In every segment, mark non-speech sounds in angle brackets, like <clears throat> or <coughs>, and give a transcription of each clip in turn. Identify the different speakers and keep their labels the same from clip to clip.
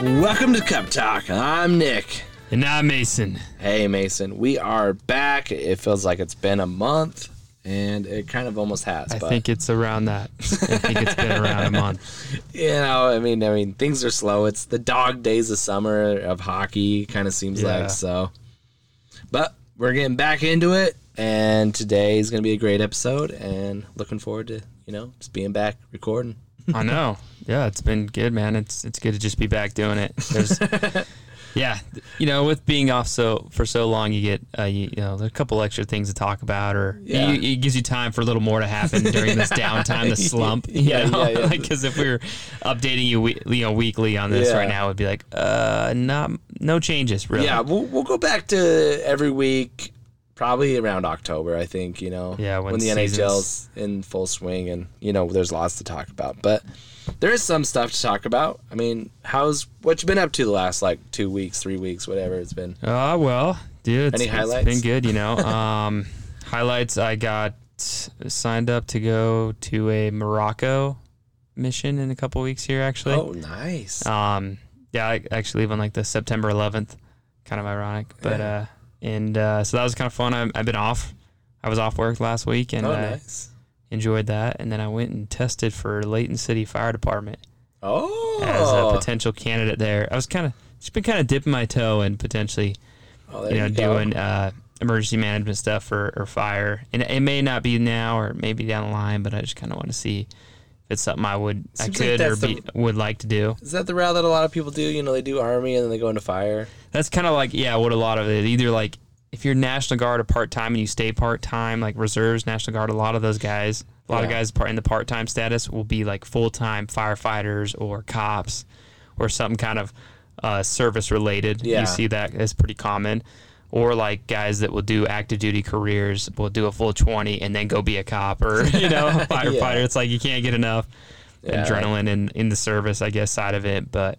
Speaker 1: Welcome to Cup Talk. I'm Nick.
Speaker 2: And now Mason.
Speaker 1: Hey, Mason. We are back. It feels like it's been a month, and it kind of almost has.
Speaker 2: I
Speaker 1: but
Speaker 2: think it's around that. I think it's been around a month.
Speaker 1: you know, I mean, I mean, things are slow. It's the dog days of summer of hockey. Kind of seems
Speaker 2: Yeah.
Speaker 1: like so, but we're getting back into it, and today is going to be a great episode. And looking forward to you know just being back recording.
Speaker 2: I know. Yeah, it's been good, man. It's it's good to just be back doing
Speaker 1: <laughs>
Speaker 2: it. There's, yeah, you know, with being off so for so long, you get uh, you, you know a couple extra things to talk about, or
Speaker 1: Yeah.
Speaker 2: you, it gives you time for a little more to happen during this downtime, the slump.
Speaker 1: <laughs>
Speaker 2: You
Speaker 1: Yeah,
Speaker 2: know,
Speaker 1: yeah, yeah.
Speaker 2: <laughs> because if we were updating you, we, you know, weekly on this
Speaker 1: Yeah.
Speaker 2: right now, it'd be like, uh, not no changes really.
Speaker 1: Yeah, we'll we'll go back to every week, probably around October. I think you know.
Speaker 2: Yeah,
Speaker 1: when,
Speaker 2: when
Speaker 1: the
Speaker 2: seasons-
Speaker 1: NHL's in full swing, and you know, there's lots to talk about, but there is some stuff to talk about. I mean, how's what you been up to the last like two weeks, three weeks, whatever it's been.
Speaker 2: Oh, well, dude, it's,
Speaker 1: Any
Speaker 2: it's
Speaker 1: highlights?
Speaker 2: been good,
Speaker 1: <laughs>
Speaker 2: you know. Um, highlights I got signed up to go to a Morocco mission in a couple weeks here, actually.
Speaker 1: Oh, nice.
Speaker 2: Um, yeah, I actually leave on like the September 11th. Kind of ironic, but uh, and uh, so that was kind of fun. I, I've been off. I was off work last week and
Speaker 1: oh,
Speaker 2: I
Speaker 1: nice.
Speaker 2: enjoyed that. And then I went and tested for Layton City Fire Department
Speaker 1: Oh,
Speaker 2: as a potential candidate there. I was kind of just been kind of dipping my toe and potentially
Speaker 1: oh, there
Speaker 2: you know,
Speaker 1: go.
Speaker 2: doing uh, emergency management stuff for or fire. And it may not be now or maybe down the line, but I just kind of want to see if it's something I would I
Speaker 1: Seems like
Speaker 2: could or
Speaker 1: that's the-
Speaker 2: be, would like to do.
Speaker 1: Is that the route that a lot of people do? You know, they do army and then they go into fire.
Speaker 2: That's kind of like yeah, what a lot of it either like if you're National Guard or part time and you stay part time, like reserves, National Guard, a lot of those guys, a lot of
Speaker 1: Yeah.
Speaker 2: guys part in the part time status will be like full time firefighters or cops or something kind of uh, service related.
Speaker 1: Yeah.
Speaker 2: You see that as pretty common. Or like guys that will do active duty careers will do a full twenty and then go be a cop or <laughs>
Speaker 1: <laughs>
Speaker 2: you know a firefighter. It's like you can't get enough
Speaker 1: Yeah.
Speaker 2: adrenaline in, in the service, I guess, side of it. But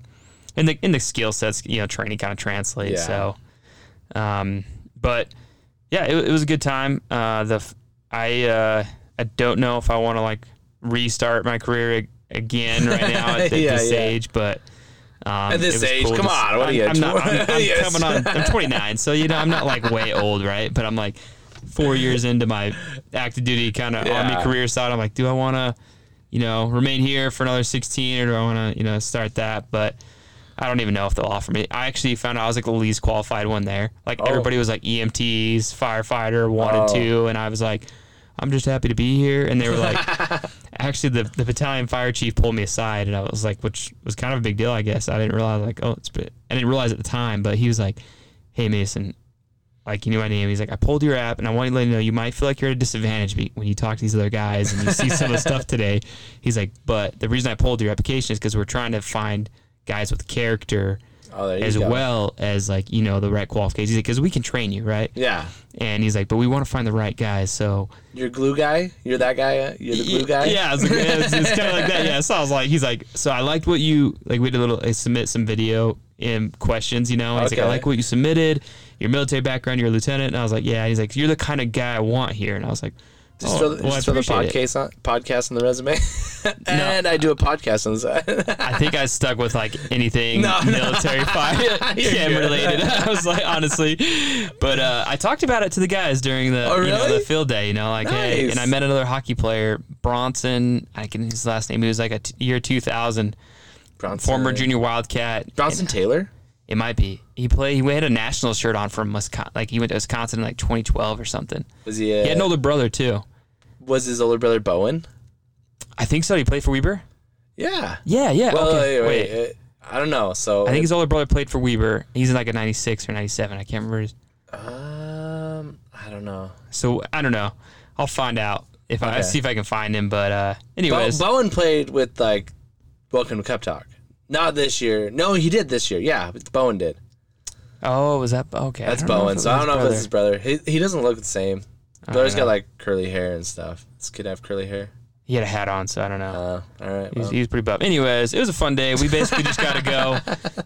Speaker 2: in the in the skill sets, you know, training kind of translates.
Speaker 1: Yeah.
Speaker 2: So, um, but yeah, it, it was a good time. Uh, the f- I uh, I don't know if I want to like restart my career ag- again right
Speaker 1: <laughs>
Speaker 2: now at, th-
Speaker 1: Yeah,
Speaker 2: this
Speaker 1: yeah.
Speaker 2: age, but. Um,
Speaker 1: At this
Speaker 2: it was
Speaker 1: age,
Speaker 2: cool
Speaker 1: come
Speaker 2: to s-
Speaker 1: on, <laughs> what are
Speaker 2: I'm,
Speaker 1: you,
Speaker 2: I'm not. I'm, I'm
Speaker 1: Yes.
Speaker 2: coming
Speaker 1: <laughs>
Speaker 2: on. I'm 29, so you know I'm not like way old, right? But I'm like four years into my active duty kind of
Speaker 1: Yeah.
Speaker 2: army career side. I'm like, do I want to, you know, remain here for another 16, or do I want to, you know, start that? But I don't even know if they'll offer me. I actually found out I was like the least qualified one there. Like everybody was like EMTs, firefighter, one and
Speaker 1: Oh.
Speaker 2: two, and I was like, I'm just happy to be here. And they were like, actually, the, the battalion fire chief pulled me aside, and I was like, which was kind of a big deal, I guess. I didn't realize like, oh, it's. been- I didn't realize at the time, but he was like, hey Mason, like you knew my name. He's like, I pulled your app, and I want to let you know you might feel like you're at a disadvantage be- when you talk to these other guys and you see some of the stuff today. He's like, but the reason I pulled your application is because we're trying to find guys with character
Speaker 1: Oh, there you
Speaker 2: as
Speaker 1: go.
Speaker 2: well as like you know the right qualifications. He's like, because we can train you, right?
Speaker 1: Yeah.
Speaker 2: And he's like, but we want to find the right guys. So
Speaker 1: You're glue guy? You're that guy? uh, You're the glue guy?
Speaker 2: yeah, it's, it's, it's kind of like that. Yeah. So I was like, he's like, so I liked what you like. We did a little I submit some video um, questions, you know. And He's like, I
Speaker 1: Okay.
Speaker 2: like what you submitted. Your military background, you're a lieutenant, and I was like, yeah. And he's like, you're the kind of guy I want here, and I was like,
Speaker 1: Just
Speaker 2: oh,
Speaker 1: throw,
Speaker 2: well,
Speaker 1: the-
Speaker 2: I
Speaker 1: just throw the
Speaker 2: appreciate it.
Speaker 1: podcast on, podcast on the resume. <laughs> and I do a podcast on the side.
Speaker 2: I think I stuck with like
Speaker 1: <laughs>
Speaker 2: anything
Speaker 1: No, no.
Speaker 2: military fire <laughs>
Speaker 1: You're
Speaker 2: cam
Speaker 1: good. <laughs>
Speaker 2: related. I was like, honestly, but uh, I talked about it to the guys during the,
Speaker 1: Oh,
Speaker 2: you know,
Speaker 1: really?
Speaker 2: the field day. You know, like hey,
Speaker 1: Nice.
Speaker 2: and I met another hockey player, Bronson. I can his last name. He was like a t- year two thousand
Speaker 1: <laughs> Bronson,
Speaker 2: former junior Wildcat.
Speaker 1: Bronson Taylor?
Speaker 2: It might be he played. He had a national shirt on from Wisconsin. Like he went to Wisconsin in like 2012 or something.
Speaker 1: Was he, a,
Speaker 2: He had an older brother too.
Speaker 1: was his older brother Bowen?
Speaker 2: I think so. He played for Weber.
Speaker 1: Yeah.
Speaker 2: Yeah, yeah.
Speaker 1: Well,
Speaker 2: okay.
Speaker 1: wait,
Speaker 2: wait.
Speaker 1: wait, uh, I don't know. So
Speaker 2: I think his older brother played for Weber. He's in like a 96 or 97. I can't remember. His,
Speaker 1: um, I don't know.
Speaker 2: So I don't know. I'll find out if I
Speaker 1: Okay.
Speaker 2: see if I can find him. But uh,
Speaker 1: Bo-
Speaker 2: anyways,
Speaker 1: Bowen played with like Welcome to Cup Talk. Not this year. No, he did this year. Yeah, but Bowen did.
Speaker 2: oh, was that okay?
Speaker 1: That's Bowen. So I don't know if it's his
Speaker 2: brother.
Speaker 1: brother. He, he doesn't look the same.
Speaker 2: Oh, I
Speaker 1: Brother's
Speaker 2: don't
Speaker 1: got
Speaker 2: know.
Speaker 1: like curly hair and stuff. This kid have curly hair.
Speaker 2: he had a hat on, so I don't know.
Speaker 1: Uh, all right.
Speaker 2: He's,
Speaker 1: well.
Speaker 2: he's pretty buff. Anyways, it was a fun day. We basically just got to go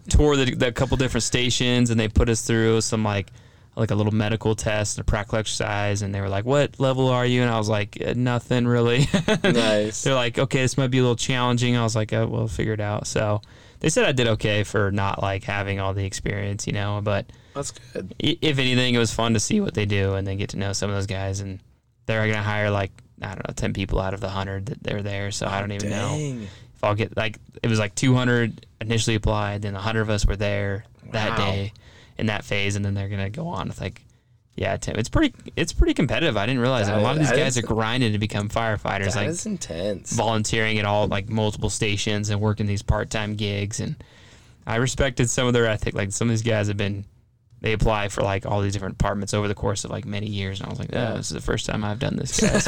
Speaker 2: tour the, the couple different stations, and they put us through some like like a little medical test and a practical exercise, and they were like, "What level are you?" And I was like, "Eh, "Nothing really." <laughs>
Speaker 1: Nice.
Speaker 2: They're like, "Okay, this might be a little challenging." I was like, oh, "We'll figure it out." So they said I did okay for not like having all the experience, you know. But
Speaker 1: That's good.
Speaker 2: i- if anything, it was fun to see what they do and then get to know some of those guys, and they're going to hire like I don't know ten people out of the hundred that they're there. So I don't even know
Speaker 1: Dang.
Speaker 2: if I'll get like it was like 200 initially applied, then 100 of us were there that
Speaker 1: Wow.
Speaker 2: day in that phase, and then they're gonna go on with like, yeah, Tim, it's pretty it's pretty competitive. I didn't realize that, a lot of these
Speaker 1: That
Speaker 2: guys
Speaker 1: is-
Speaker 2: are grinding to become firefighters,
Speaker 1: That
Speaker 2: like
Speaker 1: is intense.
Speaker 2: volunteering at all like multiple stations and working these part time gigs, and I respected some of their ethic. Like some of these guys have been. They apply for like all these different departments over the course of like many years, and I was like,
Speaker 1: Yeah.
Speaker 2: "Oh, this is the first time I've done this,
Speaker 1: <laughs>
Speaker 2: guys."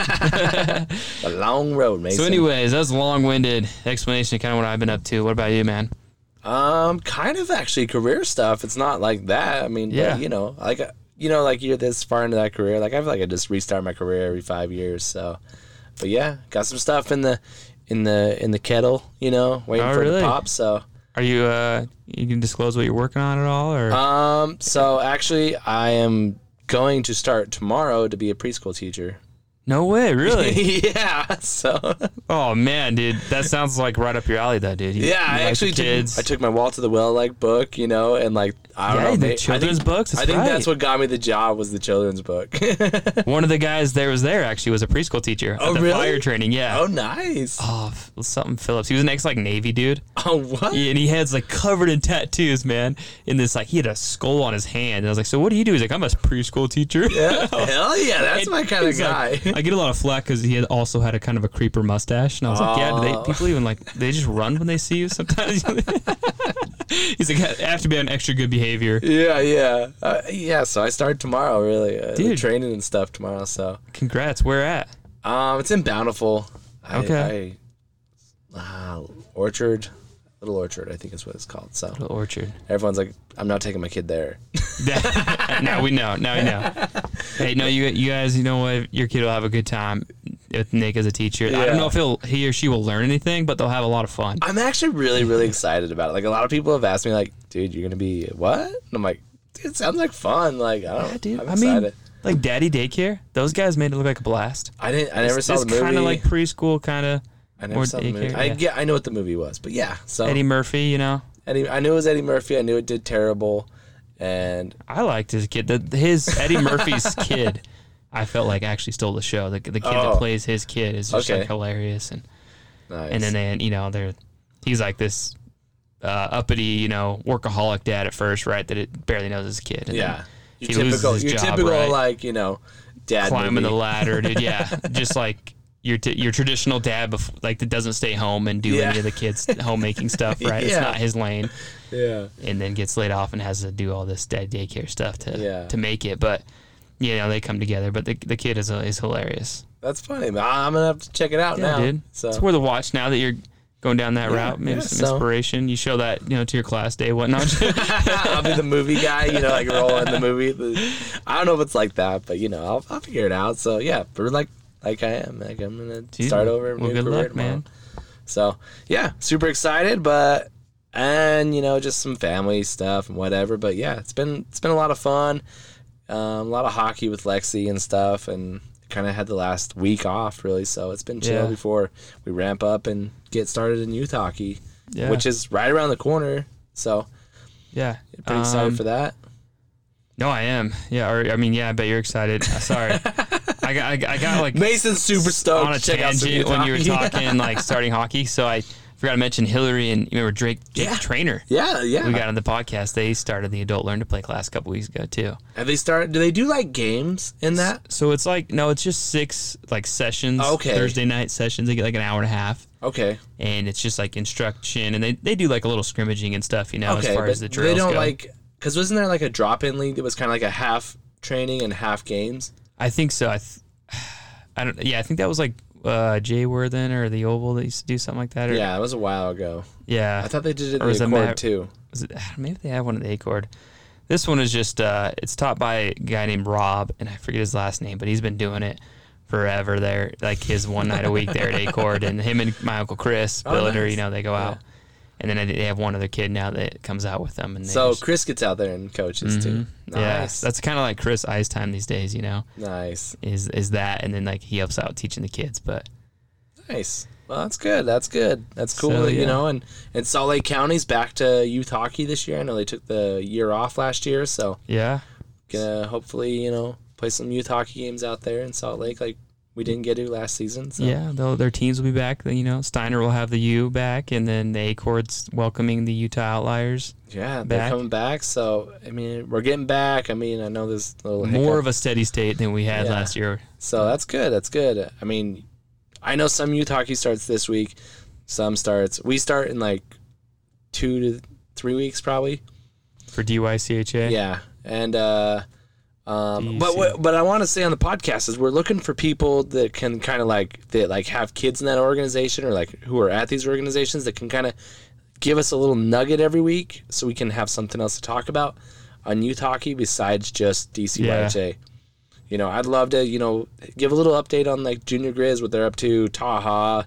Speaker 1: A long road, Mason.
Speaker 2: So, anyways, that was a long-winded explanation of kind of what I've been up to. What about you, man?
Speaker 1: Um, kind of actually career stuff. It's not like that. I mean, but,
Speaker 2: Yeah.
Speaker 1: you know, like uh, you know, like you're this far into that career. Like I feel like I just restart my career every five years. So, but yeah, got some stuff in the in the in the kettle. You know, waiting
Speaker 2: Oh,
Speaker 1: for it
Speaker 2: really?
Speaker 1: to pop. So,
Speaker 2: Are you uh you can disclose what you're working on at all or
Speaker 1: um, so actually, I am going to start tomorrow to be a preschool teacher.
Speaker 2: No way,
Speaker 1: <laughs>
Speaker 2: really?
Speaker 1: yeah. So
Speaker 2: oh man, dude, that sounds like right up your alley though, dude. You-
Speaker 1: yeah,
Speaker 2: you
Speaker 1: I
Speaker 2: like the
Speaker 1: actually
Speaker 2: kids.
Speaker 1: did. I took my wall to the well like book. You know, and like I don't know.
Speaker 2: yeah,
Speaker 1: may- I
Speaker 2: the
Speaker 1: think-
Speaker 2: children's books.
Speaker 1: I think that's what got me the job was the children's book. <laughs>
Speaker 2: one of the guys there was there actually was a preschool teacher.
Speaker 1: Oh,
Speaker 2: at the
Speaker 1: really?
Speaker 2: Fire training, yeah.
Speaker 1: Oh, nice.
Speaker 2: Oh, f- something Phillips. He was an ex like Navy dude,
Speaker 1: <laughs> Oh, what?
Speaker 2: Yeah, and he has like covered in tattoos, man. And this like he had a skull on his hand, and I was like, "So what do you do?" He's like, "I'm a preschool
Speaker 1: <laughs>
Speaker 2: teacher." <laughs>
Speaker 1: Hell yeah, that's
Speaker 2: And
Speaker 1: my kind of
Speaker 2: he's
Speaker 1: guy. <laughs>
Speaker 2: like- I get a lot of flack because he had also had a kind of a creeper mustache, and I was like, yeah, do
Speaker 1: Oh.
Speaker 2: they, people even like they just run when they see you sometimes. <laughs> He's like, I have to be on extra good behavior.
Speaker 1: yeah, yeah, uh, yeah. So I start tomorrow, really, uh, the
Speaker 2: Dude.
Speaker 1: training and stuff tomorrow. So,
Speaker 2: Congrats, where at?
Speaker 1: um, it's in Bountiful. I,
Speaker 2: Okay.
Speaker 1: I, uh, orchard, Little Orchard, I think is what it's called. So
Speaker 2: The orchard.
Speaker 1: everyone's like, I'm not taking my kid there.
Speaker 2: <laughs> now we know. Now we know. Hey, no, you you guys, you know what? Your kid will have a good time with Nick as a teacher. I
Speaker 1: Yeah.
Speaker 2: don't know if he'll he or she will learn anything, but they'll have a lot of fun.
Speaker 1: I'm actually really, really excited about it. Like a lot of people have asked me, like, dude, you're gonna be what? And I'm like, dude, it sounds like fun. Like, I don't,
Speaker 2: Yeah, dude.
Speaker 1: I'm
Speaker 2: I
Speaker 1: excited.
Speaker 2: mean, like Daddy Daycare. Those guys made it look like a blast.
Speaker 1: I didn't, I never saw
Speaker 2: it's
Speaker 1: the movie.
Speaker 2: kind of like preschool, kind of.
Speaker 1: I never saw the movie. I yeah, I know what the movie was, but yeah. So
Speaker 2: Eddie
Speaker 1: Eddie,
Speaker 2: Murphy, you know.
Speaker 1: I knew it was Eddie Murphy. I knew it did terrible, and
Speaker 2: I liked his kid. The, his Eddie
Speaker 1: <laughs>
Speaker 2: Murphy's kid, I felt like actually stole the show. The, the kid
Speaker 1: Oh.
Speaker 2: that plays his kid is just
Speaker 1: Okay.
Speaker 2: like hilarious, and
Speaker 1: nice.
Speaker 2: and then they, you know they're he's like this uh, uppity, you know, workaholic dad at first, right? That it barely knows his kid. And
Speaker 1: yeah,
Speaker 2: he
Speaker 1: your typical,
Speaker 2: loses his
Speaker 1: your
Speaker 2: job,
Speaker 1: typical
Speaker 2: right?
Speaker 1: like you know, dad
Speaker 2: then climbing
Speaker 1: movie.
Speaker 2: the ladder,
Speaker 1: <laughs>
Speaker 2: dude. Yeah, just like. Your, t- your traditional dad, bef- like that, doesn't stay home and do
Speaker 1: Yeah.
Speaker 2: any of the kids'
Speaker 1: <laughs>
Speaker 2: homemaking stuff, right? It's
Speaker 1: Yeah.
Speaker 2: not his lane.
Speaker 1: yeah,
Speaker 2: and then gets laid off and has to do all this day daycare stuff to
Speaker 1: Yeah.
Speaker 2: to make it. But you know they come together. But the, the kid is is hilarious.
Speaker 1: that's funny. man. I'm gonna have to check it out
Speaker 2: Yeah,
Speaker 1: now.
Speaker 2: dude.
Speaker 1: So
Speaker 2: It's worth a watch now that you're going down that
Speaker 1: Yeah,
Speaker 2: route. Maybe
Speaker 1: yeah,
Speaker 2: some
Speaker 1: so-
Speaker 2: inspiration. You show that you know to your class
Speaker 1: <laughs>
Speaker 2: day whatnot. <laughs>
Speaker 1: I'll be the movie guy, you know, like roll in the movie. The- I don't know if it's like that, but you know, I'll, I'll figure it out. So yeah, but like like I am, like I'm gonna
Speaker 2: Dude,
Speaker 1: start over. a
Speaker 2: Well,
Speaker 1: new
Speaker 2: good
Speaker 1: career
Speaker 2: luck,
Speaker 1: tomorrow.
Speaker 2: man.
Speaker 1: So yeah, super excited, but and you know just some family stuff and whatever. But yeah, it's been it's been a lot of fun, um, a lot of hockey with Lexi and stuff, and kind of had the last week off really. So it's been chill
Speaker 2: Yeah.
Speaker 1: before we ramp up and get started in youth hockey,
Speaker 2: Yeah,
Speaker 1: which is right around the corner. So
Speaker 2: yeah.
Speaker 1: pretty excited
Speaker 2: Um,
Speaker 1: for that.
Speaker 2: No, I am. Yeah, or I mean, yeah. I bet you're excited. Uh,
Speaker 1: <laughs>
Speaker 2: Sorry, I got I, got- I got like
Speaker 1: Mason's super stoked.
Speaker 2: on a
Speaker 1: to check out some
Speaker 2: tangent
Speaker 1: youth
Speaker 2: when you were
Speaker 1: hockey. <laughs>
Speaker 2: talking like starting hockey. So I forgot to mention Hillary and you remember Drake, Drake
Speaker 1: Yeah.
Speaker 2: Trainer.
Speaker 1: Yeah, yeah.
Speaker 2: we got on the podcast. They started the adult learn to play class a couple weeks ago too.
Speaker 1: Have they started? Do they do like games in that?
Speaker 2: So it's like no, it's just six like sessions.
Speaker 1: Oh, Okay.
Speaker 2: Thursday night sessions. They get like an hour and a half,
Speaker 1: Okay.
Speaker 2: and it's just like instruction, and they, they do like a little scrimmaging and stuff, you know,
Speaker 1: Okay,
Speaker 2: as far
Speaker 1: but
Speaker 2: as the drills
Speaker 1: they don't
Speaker 2: go.
Speaker 1: like because wasn't there like a drop-in league that was kind of like a half training and half games?
Speaker 2: I think so. I, th- <sighs> I don't. Yeah, I think that was like uh, Jay Worthen or the Oval that used to do something like that. Or,
Speaker 1: Yeah, it was a while ago.
Speaker 2: yeah.
Speaker 1: I thought they did it in
Speaker 2: Or
Speaker 1: the
Speaker 2: is it
Speaker 1: Accord
Speaker 2: Matt-
Speaker 1: too.
Speaker 2: was it, <sighs> maybe they had one at the Acord. This one is just uh, it's taught by a guy named Rob, and I forget his last name, but he's been doing it forever there, like his one night a week there at Acord, and him and my uncle Chris, Bill,
Speaker 1: Oh, nice.
Speaker 2: you know, they go out, and then I think they have one other kid now that comes out with them. And they
Speaker 1: So
Speaker 2: just-
Speaker 1: Chris gets out there and coaches too. Nice.
Speaker 2: Mm-hmm. yeah, that's kind of like Chris Ice time these days. You know,
Speaker 1: nice.
Speaker 2: is is that, and then like he helps out teaching the kids. But
Speaker 1: Nice. Well, that's good. That's good. That's cool.
Speaker 2: So,
Speaker 1: that, You
Speaker 2: yeah.
Speaker 1: know, and and Salt Lake County's back to youth hockey this year. I know they took the year off last year, so
Speaker 2: yeah,
Speaker 1: gonna uh, hopefully you know play some youth hockey games out there in Salt Lake like we didn't get to last season. So.
Speaker 2: yeah, they'll, their teams will be back. then, You know, Steiner will have the U back, and then the Acords welcoming the Utah Outliers.
Speaker 1: Yeah, they're
Speaker 2: Back.
Speaker 1: coming back. So I mean, we're getting back. I mean, I know there's a little
Speaker 2: More
Speaker 1: hiccup.
Speaker 2: of a steady state than we had
Speaker 1: Yeah.
Speaker 2: last year.
Speaker 1: So that's good. That's good. I mean, I know some youth hockey starts this week. Some starts. We start in like two to three weeks, probably.
Speaker 2: for DYCHA.
Speaker 1: Yeah, and uh, um,
Speaker 2: DC.
Speaker 1: but what, but I want to say on the podcast is we're looking for people that can kind of like that like have kids in that organization or like who are at these organizations that can kind of give us a little nugget every week so we can have something else to talk about on youth hockey besides just DCYHA. You know, I'd love to you know give a little update on like Junior Grizz what they're up to, Taha,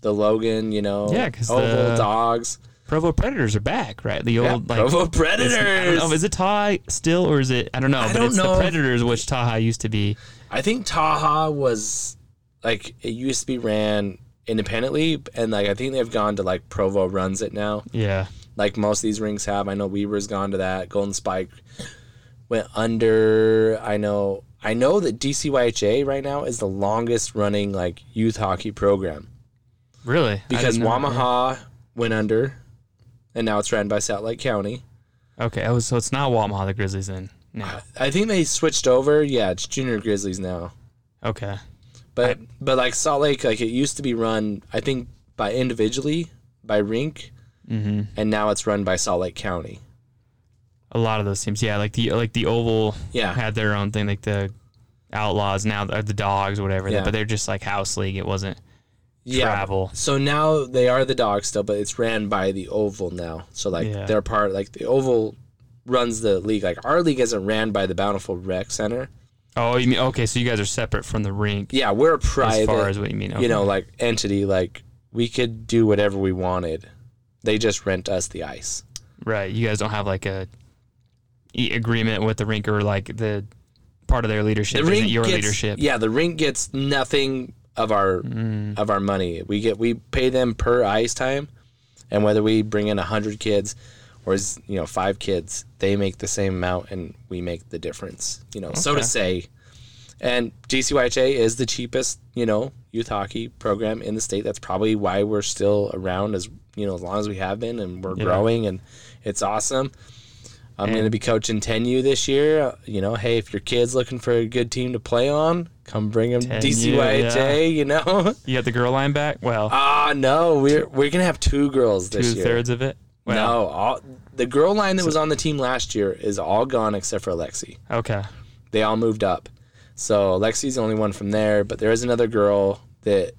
Speaker 1: the Logan, you know,
Speaker 2: Yeah, 'cause
Speaker 1: Oval
Speaker 2: the-
Speaker 1: Dogs,
Speaker 2: Provo Predators are back, right? The
Speaker 1: yeah,
Speaker 2: old like
Speaker 1: Provo
Speaker 2: it's-
Speaker 1: Predators.
Speaker 2: I don't know, is it Taha still or is it I don't know, but
Speaker 1: don't
Speaker 2: it's
Speaker 1: know.
Speaker 2: the Predators which Taha used to be.
Speaker 1: I think Taha was like it used to be ran independently, and like I think they've gone to like Provo runs it now.
Speaker 2: Yeah.
Speaker 1: Like most of these rings have. I know Weaver's gone to that. Golden Spike went under. I know. I know that DCYHA right now is the longest running like youth hockey program
Speaker 2: Really? I
Speaker 1: because
Speaker 2: didn't know that.
Speaker 1: Wamaha went under, and now it's ran by Salt Lake County.
Speaker 2: Okay, oh, so it's not Wamaha the Grizzlies then. No.
Speaker 1: <sighs> I think they switched over. Yeah, it's Junior Grizzlies now.
Speaker 2: Okay.
Speaker 1: But but like Salt Lake, like it used to be run, I think by individually by rink,
Speaker 2: Mm-hmm.
Speaker 1: and now it's run by Salt Lake County.
Speaker 2: A lot of those teams, yeah, like the like the Oval
Speaker 1: Yeah.
Speaker 2: had their own thing, like the Outlaws now or the Dogs, whatever.
Speaker 1: Yeah.
Speaker 2: But they're just like house league. It wasn't
Speaker 1: Yeah.
Speaker 2: travel.
Speaker 1: So now they are the dogs still, but it's ran by the Oval now. So like
Speaker 2: Yeah.
Speaker 1: they're part like the Oval runs the league. Like our league isn't ran by the Bountiful Rec Center.
Speaker 2: Oh, you mean okay? So you guys are separate from the rink
Speaker 1: Yeah, we're a
Speaker 2: as
Speaker 1: private,
Speaker 2: far as what you mean. Okay.
Speaker 1: you know, like entity. Like we could do whatever we wanted. They just rent us the ice.
Speaker 2: Right. You guys don't have like a e- agreement with the rink or like the part of their leadership.
Speaker 1: The
Speaker 2: isn't
Speaker 1: rink
Speaker 2: your
Speaker 1: gets,
Speaker 2: leadership. Mm.
Speaker 1: Yeah, the rink gets nothing of our of our money. We get we pay them per ice time, and whether we bring in hundred kids or s- you know five kids, they make the same amount, and we make the difference. You know, so to
Speaker 2: Okay.
Speaker 1: say. And GCYHA is the cheapest, you know, youth hockey program in the state. That's probably why we're still around as you know as long as we have been, and we're
Speaker 2: Yeah.
Speaker 1: growing, and it's awesome. I'm
Speaker 2: And-
Speaker 1: going to be coaching 10U this year. Uh, You know, hey, if your kid's looking for a good team to play on, come bring them
Speaker 2: 10U,
Speaker 1: DCYHA,
Speaker 2: yeah.
Speaker 1: you know? <laughs>
Speaker 2: You got the girl line back? Well,
Speaker 1: Ah, no, we're, we're going to have two girls this
Speaker 2: two
Speaker 1: year.
Speaker 2: thirds of it. Well,
Speaker 1: No, all, the girl line that was on the team last year is all gone except for Alexi.
Speaker 2: okay.
Speaker 1: They all moved up. So Alexi's the only one from there, but there is another girl that.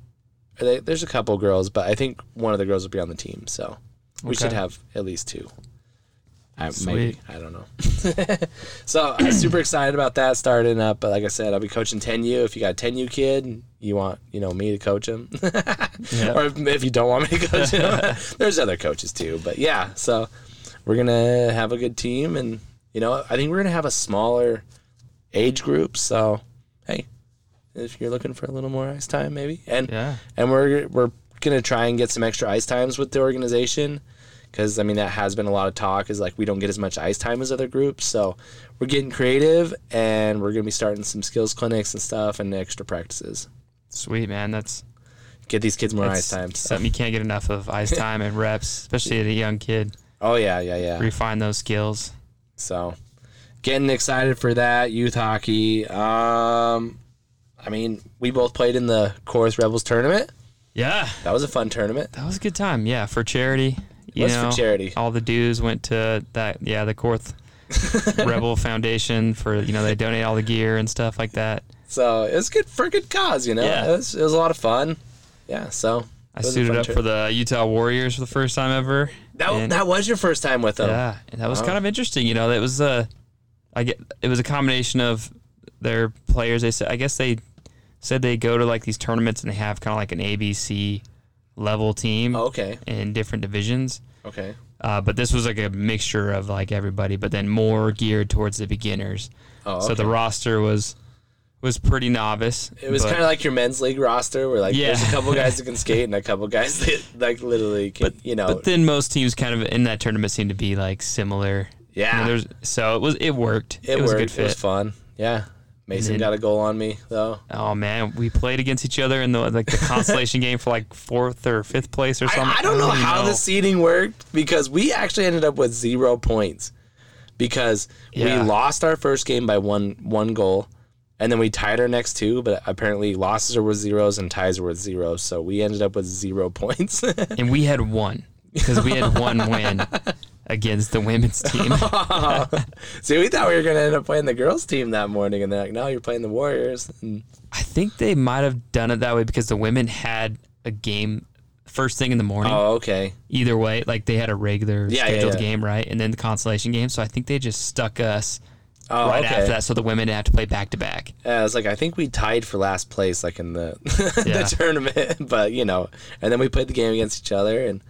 Speaker 1: or they- There's a couple girls, but I think one of the girls will be on the team. So we
Speaker 2: Okay.
Speaker 1: should have at least two. I, maybe
Speaker 2: Sweet.
Speaker 1: I don't know. <laughs> so
Speaker 2: <clears throat>
Speaker 1: I'm super excited about that starting up. But like I said, I'll be coaching 10U. If you got a 10U kid, you want you know me to coach him, <laughs>
Speaker 2: Yeah.
Speaker 1: or if, if you don't want me to coach
Speaker 2: <laughs>
Speaker 1: him, there's other coaches too. But yeah, so we're gonna have a good team, and you know I think we're gonna have a smaller age group. So hey, if you're looking for a little more ice time, maybe and
Speaker 2: Yeah.
Speaker 1: and we're we're gonna try and get some extra ice times with the organization because I mean that has been a lot of talk is like we don't get as much ice time as other groups, so we're getting creative and we're gonna be starting some skills clinics and stuff and extra practices.
Speaker 2: Sweet man, that's,
Speaker 1: Get these kids more
Speaker 2: that's
Speaker 1: ice time. So-
Speaker 2: something you can't get enough
Speaker 1: <laughs>
Speaker 2: of. Ice time and reps, especially at a young kid.
Speaker 1: Oh yeah, yeah, yeah.
Speaker 2: Refine those skills.
Speaker 1: So getting excited for that youth hockey. Um, I mean we both played in the Chorus Rebels tournament.
Speaker 2: Yeah,
Speaker 1: That was a fun tournament.
Speaker 2: that was a good time. Yeah, for charity. You
Speaker 1: was for
Speaker 2: know,
Speaker 1: charity.
Speaker 2: All the dues went to that. Yeah,
Speaker 1: <laughs>
Speaker 2: the Corth Rebel Foundation for you know they donate all the gear and stuff like that.
Speaker 1: So it was good for a good cause, you know.
Speaker 2: Yeah.
Speaker 1: It, was, it was a lot of fun. Yeah. So
Speaker 2: I
Speaker 1: it was a
Speaker 2: suited
Speaker 1: fun
Speaker 2: up
Speaker 1: tour-
Speaker 2: for the Utah Warriors for the first time ever.
Speaker 1: That,
Speaker 2: and-
Speaker 1: that was your first time with them.
Speaker 2: Yeah, and that was
Speaker 1: Oh. Wow.
Speaker 2: kind of interesting. You know, that was uh, I get it was a combination of their players. They said I guess they said they go to like these tournaments and they have kind of like an ABC level team
Speaker 1: Oh, okay.
Speaker 2: in different divisions.
Speaker 1: Okay.
Speaker 2: Uh, but this was like a mixture of like everybody, but then more geared towards the beginners.
Speaker 1: Oh,
Speaker 2: So the
Speaker 1: okay.
Speaker 2: roster was was pretty novice.
Speaker 1: It was
Speaker 2: but-
Speaker 1: kind of like your men's league roster, where like
Speaker 2: Yeah.
Speaker 1: there's a
Speaker 2: <laughs>
Speaker 1: couple guys that can skate and a couple guys that like literally can, you know,
Speaker 2: But then most teams kind of in that tournament seemed to be like similar.
Speaker 1: yeah,
Speaker 2: I mean, there's, so it was it worked. It,
Speaker 1: it,
Speaker 2: was
Speaker 1: worked.
Speaker 2: a good
Speaker 1: It was
Speaker 2: fit.
Speaker 1: fun. Yeah, Mason
Speaker 2: then-
Speaker 1: got a goal on me though.
Speaker 2: Oh man, we played against each other in the like the
Speaker 1: <laughs>
Speaker 2: consolation game for like fourth or fifth place or something.
Speaker 1: I, I don't know
Speaker 2: even
Speaker 1: how the seeding worked because we actually ended up with zero points because
Speaker 2: Yeah.
Speaker 1: we lost our first game by one one goal, and then we tied our next two. But apparently, losses are worth zeros and ties are worth zeros, so we ended up with zero <laughs> points.
Speaker 2: And we had one because we
Speaker 1: <laughs>
Speaker 2: had one win against the women's team.
Speaker 1: See, we thought we were going to end up playing the girls' team that morning, and they're like, "No, you're playing the Warriors." And
Speaker 2: I think they might have done it that way because the women had a game first thing in the morning.
Speaker 1: oh, okay.
Speaker 2: Either way, like they had a regular
Speaker 1: Yeah, yeah,
Speaker 2: scheduled
Speaker 1: yeah.
Speaker 2: game, right? And then the consolation game. So I think they just stuck us
Speaker 1: Oh,
Speaker 2: right
Speaker 1: okay.
Speaker 2: after that, so the women didn't have to play back to back.
Speaker 1: Yeah, I was like, I think we tied for last place, like in the <laughs>
Speaker 2: Yeah.
Speaker 1: the tournament, <laughs> but you know, and then we played the game against each other, and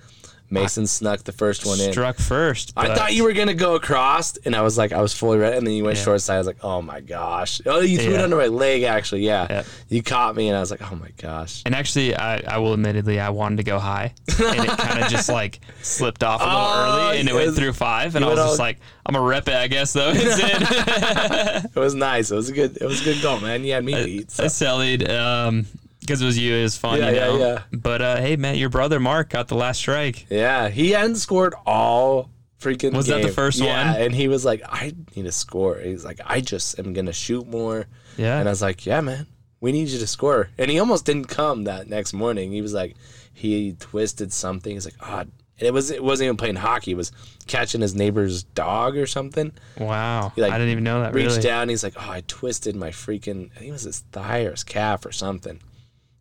Speaker 1: Mason snuck the first one in.
Speaker 2: Struck first.
Speaker 1: I
Speaker 2: but-
Speaker 1: thought you were gonna go across, and I was like, I was fully ready, and then you went
Speaker 2: Yeah.
Speaker 1: short side. I was like, oh my gosh! Oh, you threw it
Speaker 2: Yeah.
Speaker 1: under my leg, actually. Yeah.
Speaker 2: Yeah.
Speaker 1: you caught me, and I was like, oh my gosh.
Speaker 2: And actually, I, I will admittedly, I wanted to go high, and it
Speaker 1: <laughs>
Speaker 2: kind of just like slipped off a little
Speaker 1: Oh,
Speaker 2: early, and it
Speaker 1: yes.
Speaker 2: went through five, and
Speaker 1: You
Speaker 2: I was
Speaker 1: went
Speaker 2: just
Speaker 1: all-
Speaker 2: like, I'm gonna rep it, I guess.
Speaker 1: <laughs>
Speaker 2: Though it's in. <laughs>
Speaker 1: It was nice. It was a good. It was a good goal, man. You had me to eat. So.
Speaker 2: I sallied um because it was you. It was fun,
Speaker 1: Yeah,
Speaker 2: you
Speaker 1: yeah,
Speaker 2: know.
Speaker 1: yeah.
Speaker 2: But uh, hey, man, your brother Mark got the last strike.
Speaker 1: Yeah, he hadn't scored all freaking.
Speaker 2: Was that the
Speaker 1: game.
Speaker 2: first
Speaker 1: Yeah,
Speaker 2: one?
Speaker 1: and he was like, I need to score. He's like, I just am gonna shoot more.
Speaker 2: Yeah.
Speaker 1: And I was like, yeah, man, we need you to score. And he almost didn't come that next morning. He was like, he twisted something. He's like, ah. And it was it wasn't even playing hockey. It was catching his neighbor's dog or something.
Speaker 2: wow,
Speaker 1: like,
Speaker 2: I didn't even know that.
Speaker 1: Reached
Speaker 2: Really,
Speaker 1: down. He's like, oh, I twisted my freaking. I think it was his thigh or his calf or something.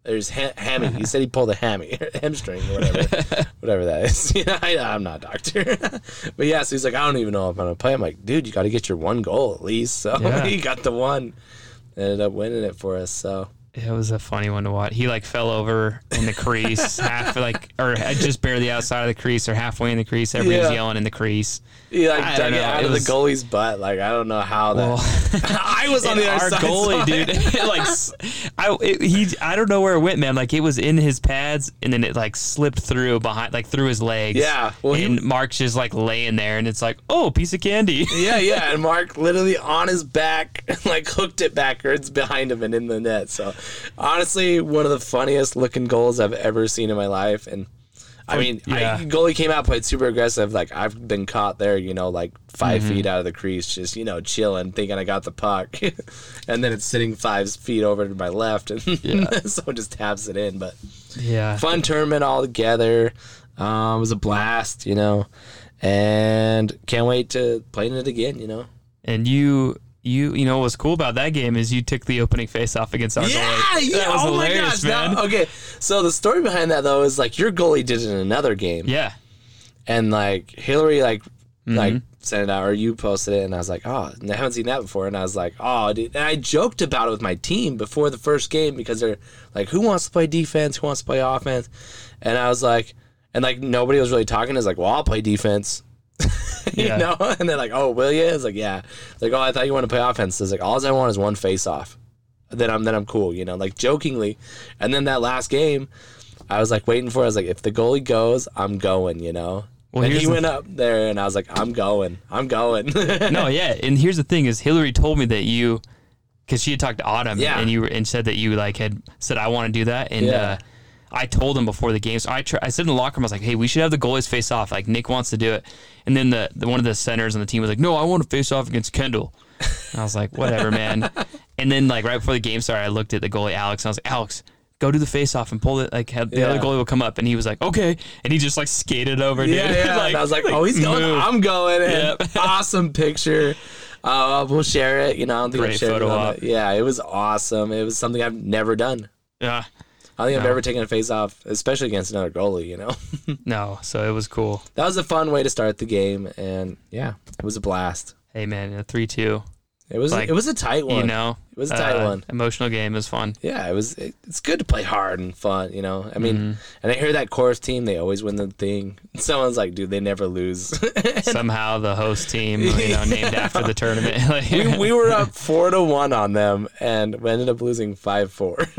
Speaker 1: There's ha- hammy. He said he pulled a hammy, <laughs> hamstring, or
Speaker 2: <laughs>
Speaker 1: whatever, whatever that is. <laughs> You know, I, I'm not a doctor, <laughs> but yeah. So he's like, I don't even know if I'm gonna play. I'm like, dude, you got to get your one goal at least. <laughs> So
Speaker 2: Yeah.
Speaker 1: he got the one, ended up winning it for us. So
Speaker 2: it was a funny one to watch. He like fell over in
Speaker 1: <laughs>
Speaker 2: the crease, half like or uh, just barely outside of the crease, or halfway in the crease. Everybody's
Speaker 1: Yeah.
Speaker 2: yelling in the crease.
Speaker 1: he like
Speaker 2: I
Speaker 1: dug
Speaker 2: don't
Speaker 1: it
Speaker 2: know.
Speaker 1: out
Speaker 2: It
Speaker 1: of
Speaker 2: was-
Speaker 1: the goalie's butt. Like I don't know how that. <laughs> I was on
Speaker 2: And
Speaker 1: the other
Speaker 2: <laughs> our
Speaker 1: side. <laughs>
Speaker 2: goalie,
Speaker 1: so-
Speaker 2: dude. <laughs> it, like, s- I it- he I don't know where it went, man. Like it was in his pads, and then it like slipped through behind, like through his legs.
Speaker 1: Yeah, well, he-
Speaker 2: and Mark's just like laying there, and it's like, oh, piece of candy.
Speaker 1: Yeah, yeah, and Mark literally on his back, <laughs> like hooked it backwards behind him and in the net. So, honestly, one of the funniest looking goals I've ever seen in my life. And I mean,
Speaker 2: yeah.
Speaker 1: I, goalie came out played super aggressive. Like I've been caught there, you know, like 5 feet out of the crease, just you know, chilling, thinking I got the puck, <laughs> and then it's sitting five feet over to my left, and <laughs> someone just taps it in. But
Speaker 2: <laughs> yeah.
Speaker 1: fun tournament all together. Um, it was a blast, you know, and can't wait to play in it again, you know.
Speaker 2: And you. You you know what's cool about that game is you took the opening face off against our
Speaker 1: Yeah,
Speaker 2: goalie.
Speaker 1: yeah.
Speaker 2: That was
Speaker 1: oh my
Speaker 2: hilarious,
Speaker 1: gosh, that-
Speaker 2: man.
Speaker 1: okay, so the story behind that though is like your goalie did it in another game,
Speaker 2: Yeah.
Speaker 1: and like Hillary like like sent it out or you posted it, and I was like, oh, I haven't seen that before, and I was like, oh, dude. And I joked about it with my team before the first game because they're like, who wants to play defense, who wants to play offense, and I was like, and like nobody was really talking. I was like, well, I'll play defense. <laughs>
Speaker 2: Yeah.
Speaker 1: You know, and they're like, "Oh, will you?" It's like, "Yeah." Like, "Oh, I thought you wanted to play offense." It's like, "All I want is one face off." then I'm then I'm cool, you know, like jokingly. And then that last game, I was like waiting for. it. I was like, if the goalie goes, I'm going, you know.
Speaker 2: Well,
Speaker 1: and
Speaker 2: here's
Speaker 1: he
Speaker 2: the-
Speaker 1: went up there, and I was like, I'm going, I'm going. <laughs>
Speaker 2: no, yeah. And here's the thing: is Hillary told me that you, because she had talked to Autumn,
Speaker 1: Yeah.
Speaker 2: and you were, and said that you like had said I want to do that, and
Speaker 1: Yeah.
Speaker 2: uh, I told him before the game. So I tr- I said in the locker room, I was like, hey, we should have the goalies face off. Like Nick wants to do it, and then the, the one of the centers on the team was like, no, I want to face off against Kendall. And I was like,
Speaker 1: <laughs>
Speaker 2: whatever, man. and then like right before the game started, I looked at the goalie Alex, and I was like, Alex. Go do the face off and pull it. Like have- the other
Speaker 1: Yeah.
Speaker 2: goalie will come up, and he was like, "Okay," and he just like skated over. dude.
Speaker 1: yeah,
Speaker 2: <laughs>
Speaker 1: yeah. and I was like, oh, he's going,
Speaker 2: move.
Speaker 1: I'm going. And <laughs>
Speaker 2: Yep.
Speaker 1: awesome picture. Uh, we'll share it. You know, I don't think
Speaker 2: Great
Speaker 1: I've shared
Speaker 2: photo
Speaker 1: it on
Speaker 2: op.
Speaker 1: the- Yeah, it was awesome. It was something I've never done.
Speaker 2: Yeah.
Speaker 1: I don't think I've ever taken a face off, especially against another goalie. You know, <laughs>
Speaker 2: No, so it was cool.
Speaker 1: that was a fun way to start the game, and yeah, it was a blast.
Speaker 2: Hey man, a three two.
Speaker 1: It was
Speaker 2: Like,
Speaker 1: it was a tight one.
Speaker 2: You know, Uh,
Speaker 1: It was a tight one.
Speaker 2: Emotional game
Speaker 1: <laughs>
Speaker 2: is fun.
Speaker 1: Yeah, it was. It, it's good to play hard and fun, you know. I mean, and I hear that chorus team they always win the thing. <laughs> Someone's like, dude, they never lose. <laughs>
Speaker 2: Somehow the host team, you know, named after the tournament. <laughs> Like,
Speaker 1: we, we were up four to one on them, and we ended up losing five four. <laughs>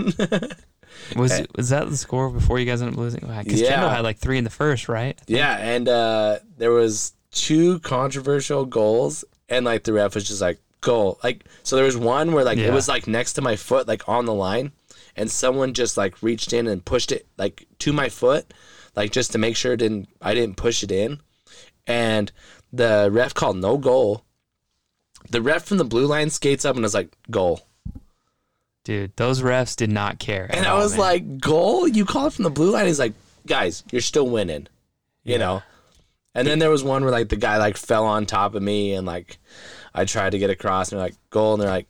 Speaker 2: was was that the score before you guys ended up losing? Because
Speaker 1: Yeah.
Speaker 2: Kendall had like three in the first, right?
Speaker 1: yeah, and uh, there was two controversial goals, and like the ref was just like goal. Like so, there was one where like it
Speaker 2: Yeah.
Speaker 1: was like next to my foot, like on the line, and someone just like reached in and pushed it like to my foot, like just to make sure it didn't I didn't push it in, and the ref called no goal. The ref from the blue line skates up and is like goal.
Speaker 2: Dude, those refs did not care. at
Speaker 1: And I
Speaker 2: all,
Speaker 1: was
Speaker 2: Oh, man.
Speaker 1: like, goal? You call it from the blue line? He's like, guys, you're still winning. You know? And then there was one where like the guy like fell on top of me and like I tried to get across and they're like, goal, and they're like,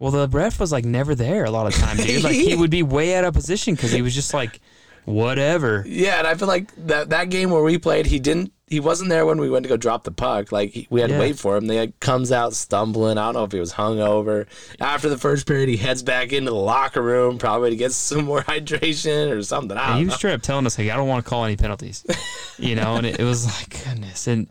Speaker 2: well, the ref was like never there a lot of time, dude.
Speaker 1: <laughs>
Speaker 2: Like he would be way out of position because he was just like, whatever.
Speaker 1: Yeah, and I feel like that that game where we played, he didn't he wasn't there when we went to go drop the puck. Like he, we had to
Speaker 2: Yeah.
Speaker 1: wait for him. They like, comes out stumbling. I don't know if he was hungover. After the first period, he heads back into the locker room probably to get <laughs> some more hydration or something. I
Speaker 2: And
Speaker 1: don't
Speaker 2: he
Speaker 1: know.
Speaker 2: was straight up telling us like, I don't want to call any penalties, you know. And it, it was like, goodness. And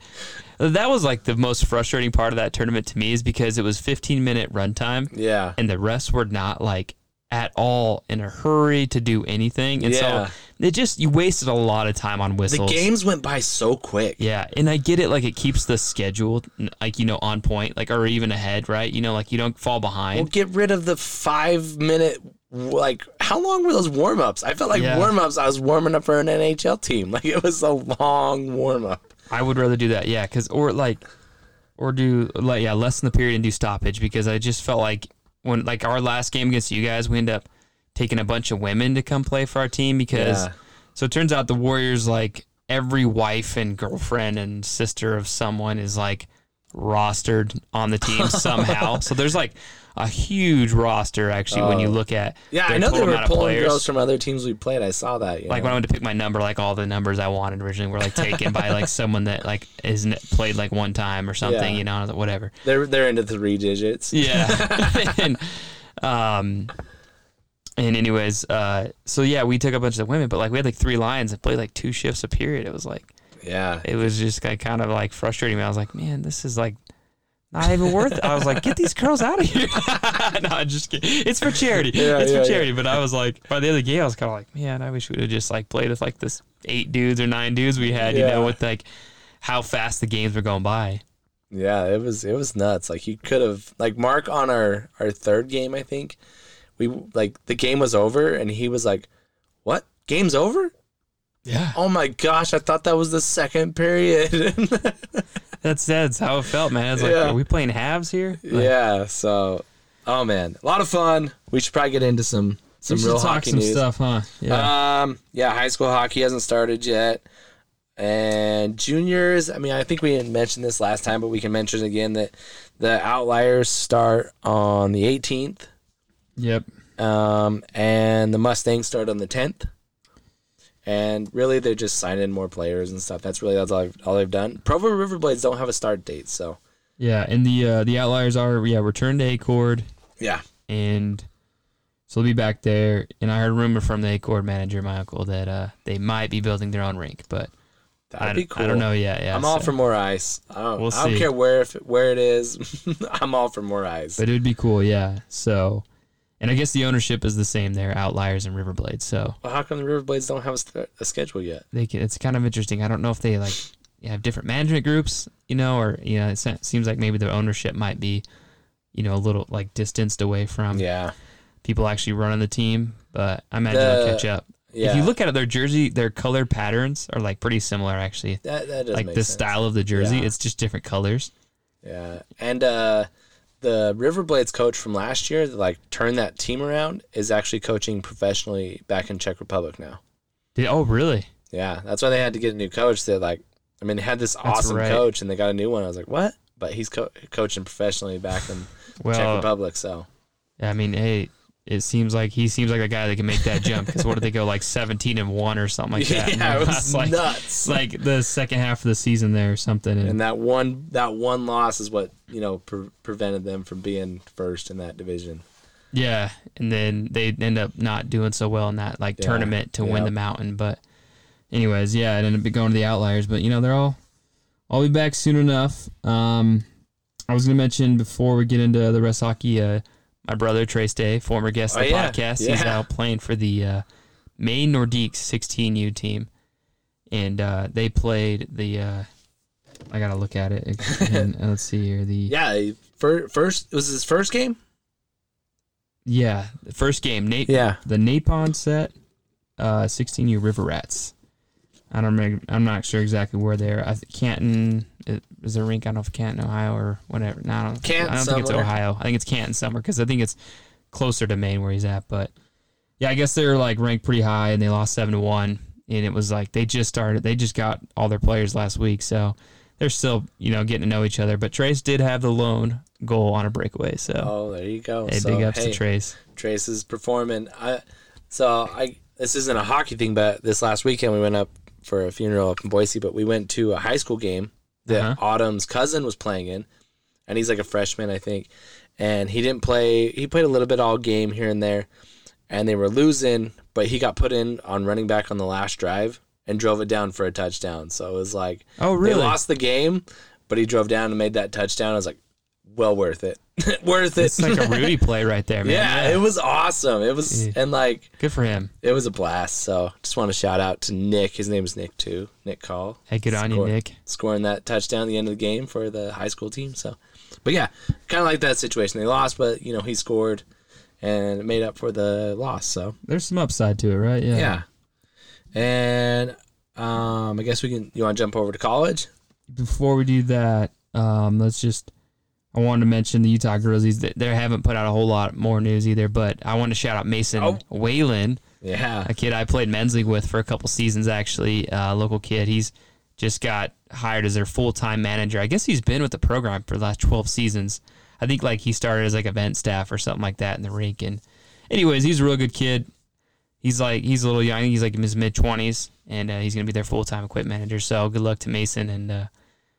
Speaker 2: that was like the most frustrating part of that tournament to me is because it was 15 minute runtime. <laughs>
Speaker 1: yeah.
Speaker 2: and the refs were not like at all in a hurry to do anything. And
Speaker 1: Yeah.
Speaker 2: so it just you wasted a lot of time
Speaker 1: The
Speaker 2: on whistles.
Speaker 1: games went by so quick.
Speaker 2: Yeah, and I get it. Like it keeps the schedule, n- like you know, on point, like or even ahead, right? You know, like you don't fall
Speaker 1: Well,
Speaker 2: behind.
Speaker 1: get rid of the five minute. Like, how long were those warm ups? I felt like
Speaker 2: Yeah.
Speaker 1: warm ups. I was warming up for an NHL team. <laughs> Like it was a long warm up.
Speaker 2: I would rather do that, yeah, because or like, or do like yeah, lessen the period and do stoppage because I just felt like when like our last game against you guys, we end up taking a bunch of women to come play for our team because
Speaker 1: Yeah.
Speaker 2: so it turns out the Warriors like every wife and girlfriend and sister of someone is like rostered on
Speaker 1: <laughs>
Speaker 2: the team somehow. So there's like a huge roster actually when you look at
Speaker 1: Oh. Yeah,
Speaker 2: their
Speaker 1: I know they
Speaker 2: total
Speaker 1: were
Speaker 2: amount of
Speaker 1: pulling
Speaker 2: players.
Speaker 1: girls from other teams we played. I saw that. You
Speaker 2: Like
Speaker 1: know?
Speaker 2: when I went to pick my number, like all the numbers I wanted originally were like taken by like someone that like isn't played like one time or something,
Speaker 1: Yeah.
Speaker 2: you know, and I was like, whatever.
Speaker 1: they're they're into three digits.
Speaker 2: Yeah. <laughs> and, um, and anyways, uh, so yeah, we took a bunch of women, but like we had like three lines and played like two shifts a period. It was like
Speaker 1: Yeah,
Speaker 2: it was just like, kind of like frustrating me. I was like, man, this is like not even worth it. I was like, get these girls out of here. <laughs> no, I'm just kidding. It's for charity.
Speaker 1: Yeah,
Speaker 2: it's
Speaker 1: yeah, yeah.
Speaker 2: for charity. But I was like, by the end of the game, I was kind of like, man, I wish we would have just like played with like this eight dudes or nine dudes we had, you know,
Speaker 1: Yeah.
Speaker 2: with like how fast the games were going by.
Speaker 1: yeah. It was it was nuts. Like you could have like Mark on our our third game. I think we like the game was over and he was like, "What? Game's over?
Speaker 2: Yeah.
Speaker 1: Oh my gosh! I thought that was the second period." <laughs>
Speaker 2: That's that's how it felt, man. It's like,
Speaker 1: Yeah.
Speaker 2: are we playing halves here? Like,
Speaker 1: yeah. So, oh man, a lot of fun. We should probably get into some some
Speaker 2: we should
Speaker 1: real
Speaker 2: talk
Speaker 1: hockey
Speaker 2: some
Speaker 1: news.
Speaker 2: stuff, huh? Yeah.
Speaker 1: Um, yeah, high school hockey hasn't started yet, and juniors. I mean, I think we didn't mention this last time, but we can mention it again that the outliers start on the 18th,
Speaker 2: yep.
Speaker 1: um, and the Mustangs start on the 10th. And really, they're just signing more players and stuff. That's really that's all I've, all I've done. Provo Riverblades don't have a start date, so
Speaker 2: Yeah, and the uh, the outliers are yeah return to Acord,
Speaker 1: yeah,
Speaker 2: and so they'll be back there. And I heard a rumor from the Acord manager, my uncle, that uh, they might be building their own rink, but I,
Speaker 1: that'd be cool.
Speaker 2: I don't know yet. Yeah,
Speaker 1: I'm all
Speaker 2: so-
Speaker 1: for more ice. I don't,
Speaker 2: We'll
Speaker 1: I don't
Speaker 2: see.
Speaker 1: care where if, where it is. <laughs> I'm all for more ice.
Speaker 2: but it would be cool. Yeah, so and I guess the ownership is the same there, outliers and Riverblade. So
Speaker 1: Well, how come the Riverblades don't have a, st- a schedule yet?
Speaker 2: they can, it's kind of interesting. I don't know if they like have different management groups, you know, or you know, it se- seems like maybe their ownership might be, you know, a little like distanced away from
Speaker 1: Yeah,
Speaker 2: people actually running the team. But I imagine
Speaker 1: The-
Speaker 2: they'll catch up.
Speaker 1: yeah.
Speaker 2: If you look at it, their jersey, their color patterns are like pretty similar actually.
Speaker 1: that that does
Speaker 2: Like
Speaker 1: make
Speaker 2: the
Speaker 1: sense.
Speaker 2: style of the jersey,
Speaker 1: Yeah.
Speaker 2: it's just different colors.
Speaker 1: Yeah, and uh, the Riverblades coach from last year that like turned that team around is actually coaching professionally back in Czech Republic now.
Speaker 2: Did, oh, really?
Speaker 1: Yeah, that's why they had to get a new coach. They like, I mean, they had this awesome
Speaker 2: right.
Speaker 1: coach and they got a new one. I was like, what? But he's co- coaching professionally back in Czech
Speaker 2: Well,
Speaker 1: Republic, so
Speaker 2: I mean, hey, it seems like he seems like a guy that can make that jump because what did they go like 17 and 1 or
Speaker 1: <laughs>
Speaker 2: something like that? And
Speaker 1: Yeah, it
Speaker 2: I <laughs>
Speaker 1: was
Speaker 2: like,
Speaker 1: nuts.
Speaker 2: Like the second half of the season there or something. And,
Speaker 1: and that one that one loss is what you know pre- prevented them from being first in that division.
Speaker 2: yeah. And then they end up not doing so well in that like
Speaker 1: Yeah,
Speaker 2: tournament to win
Speaker 1: yeah.
Speaker 2: the mountain. But, anyways, yeah, it ended up going to the Outliers. But, you know, they're all, I'll be back soon enough. Um, I was going to mention before we get into the rest hockey, uh, my brother, Trace Day, former guest of
Speaker 1: Oh,
Speaker 2: the
Speaker 1: yeah,
Speaker 2: podcast, he's
Speaker 1: yeah.
Speaker 2: out playing for the uh, Maine Nordiques 16U team. and uh, they played the. Uh, I gotta look at it.
Speaker 1: <laughs>
Speaker 2: And, uh, let's see here. The yeah.
Speaker 1: Yeah, first, first it was his first game.
Speaker 2: the first game, Nate.
Speaker 1: Yeah,
Speaker 2: The Napon set, uh, 16U River Rats. I don't remember. I'm not sure exactly where they are. I th- Canton i- is the rink. I don't know if Canton, Ohio, or whatever. No, I don't.
Speaker 1: Canton
Speaker 2: I don't think it's
Speaker 1: somewhere.
Speaker 2: Ohio. I think it's Canton somewhere because I think it's closer to Maine where he's at. But yeah, I guess they're like ranked pretty high, and they lost seven to one. And it was like they just started. They just got all their players last week, so they're still you know getting to know each other. But Trace did have the lone goal on a breakaway, so
Speaker 1: Oh, there you go.
Speaker 2: hey,
Speaker 1: so,
Speaker 2: big ups
Speaker 1: hey,
Speaker 2: to Trace.
Speaker 1: Trace is performing. I so I this isn't a hockey thing, but this last weekend we went up for a funeral up in Boise, but we went to a high school game that
Speaker 2: Uh-huh.
Speaker 1: Autumn's cousin was playing in, and he's like a freshman, I think, and he didn't play. He played a little bit all game here and there, and they were losing, but he got put in on running back on the last drive and drove it down for a touchdown. So it was like
Speaker 2: Oh, really?
Speaker 1: they lost the game, but he drove down and made that touchdown. I was like, well worth it, <laughs> worth it.
Speaker 2: It's like a
Speaker 1: <laughs>
Speaker 2: Rudy play right there, man.
Speaker 1: Yeah, it was awesome. It was
Speaker 2: Yeah.
Speaker 1: and like
Speaker 2: Good for him.
Speaker 1: it was a blast. So just want to shout out to Nick. His name is Nick too. Nick Call.
Speaker 2: Hey, good on you,
Speaker 1: Scored-
Speaker 2: Nick.
Speaker 1: Scoring that touchdown at the end of the game for the high school team. So but yeah, kinda like that situation. They lost, but you know, he scored and it made up for the loss. So
Speaker 2: There's some upside to it, right? Yeah.
Speaker 1: yeah. And um I guess we can you wanna jump over to college?
Speaker 2: Before we do that, um, let's just. I wanted to mention the Utah Grizzlies. They, they haven't put out a whole lot more news either, but I want to shout out Mason
Speaker 1: Oh.
Speaker 2: Whalen,
Speaker 1: Yeah.
Speaker 2: a kid I played men's league with for a couple seasons, actually, uh, local kid. He's just got hired as their full time manager. I guess he's been with the program for the last 12 seasons. I think like he started as like event staff or something like that in the rink. And, anyways, he's a real good kid. He's like he's a little young. I think he's like in his mid twenties, and uh, he's gonna be their full time equipment manager. So good luck to Mason, and uh,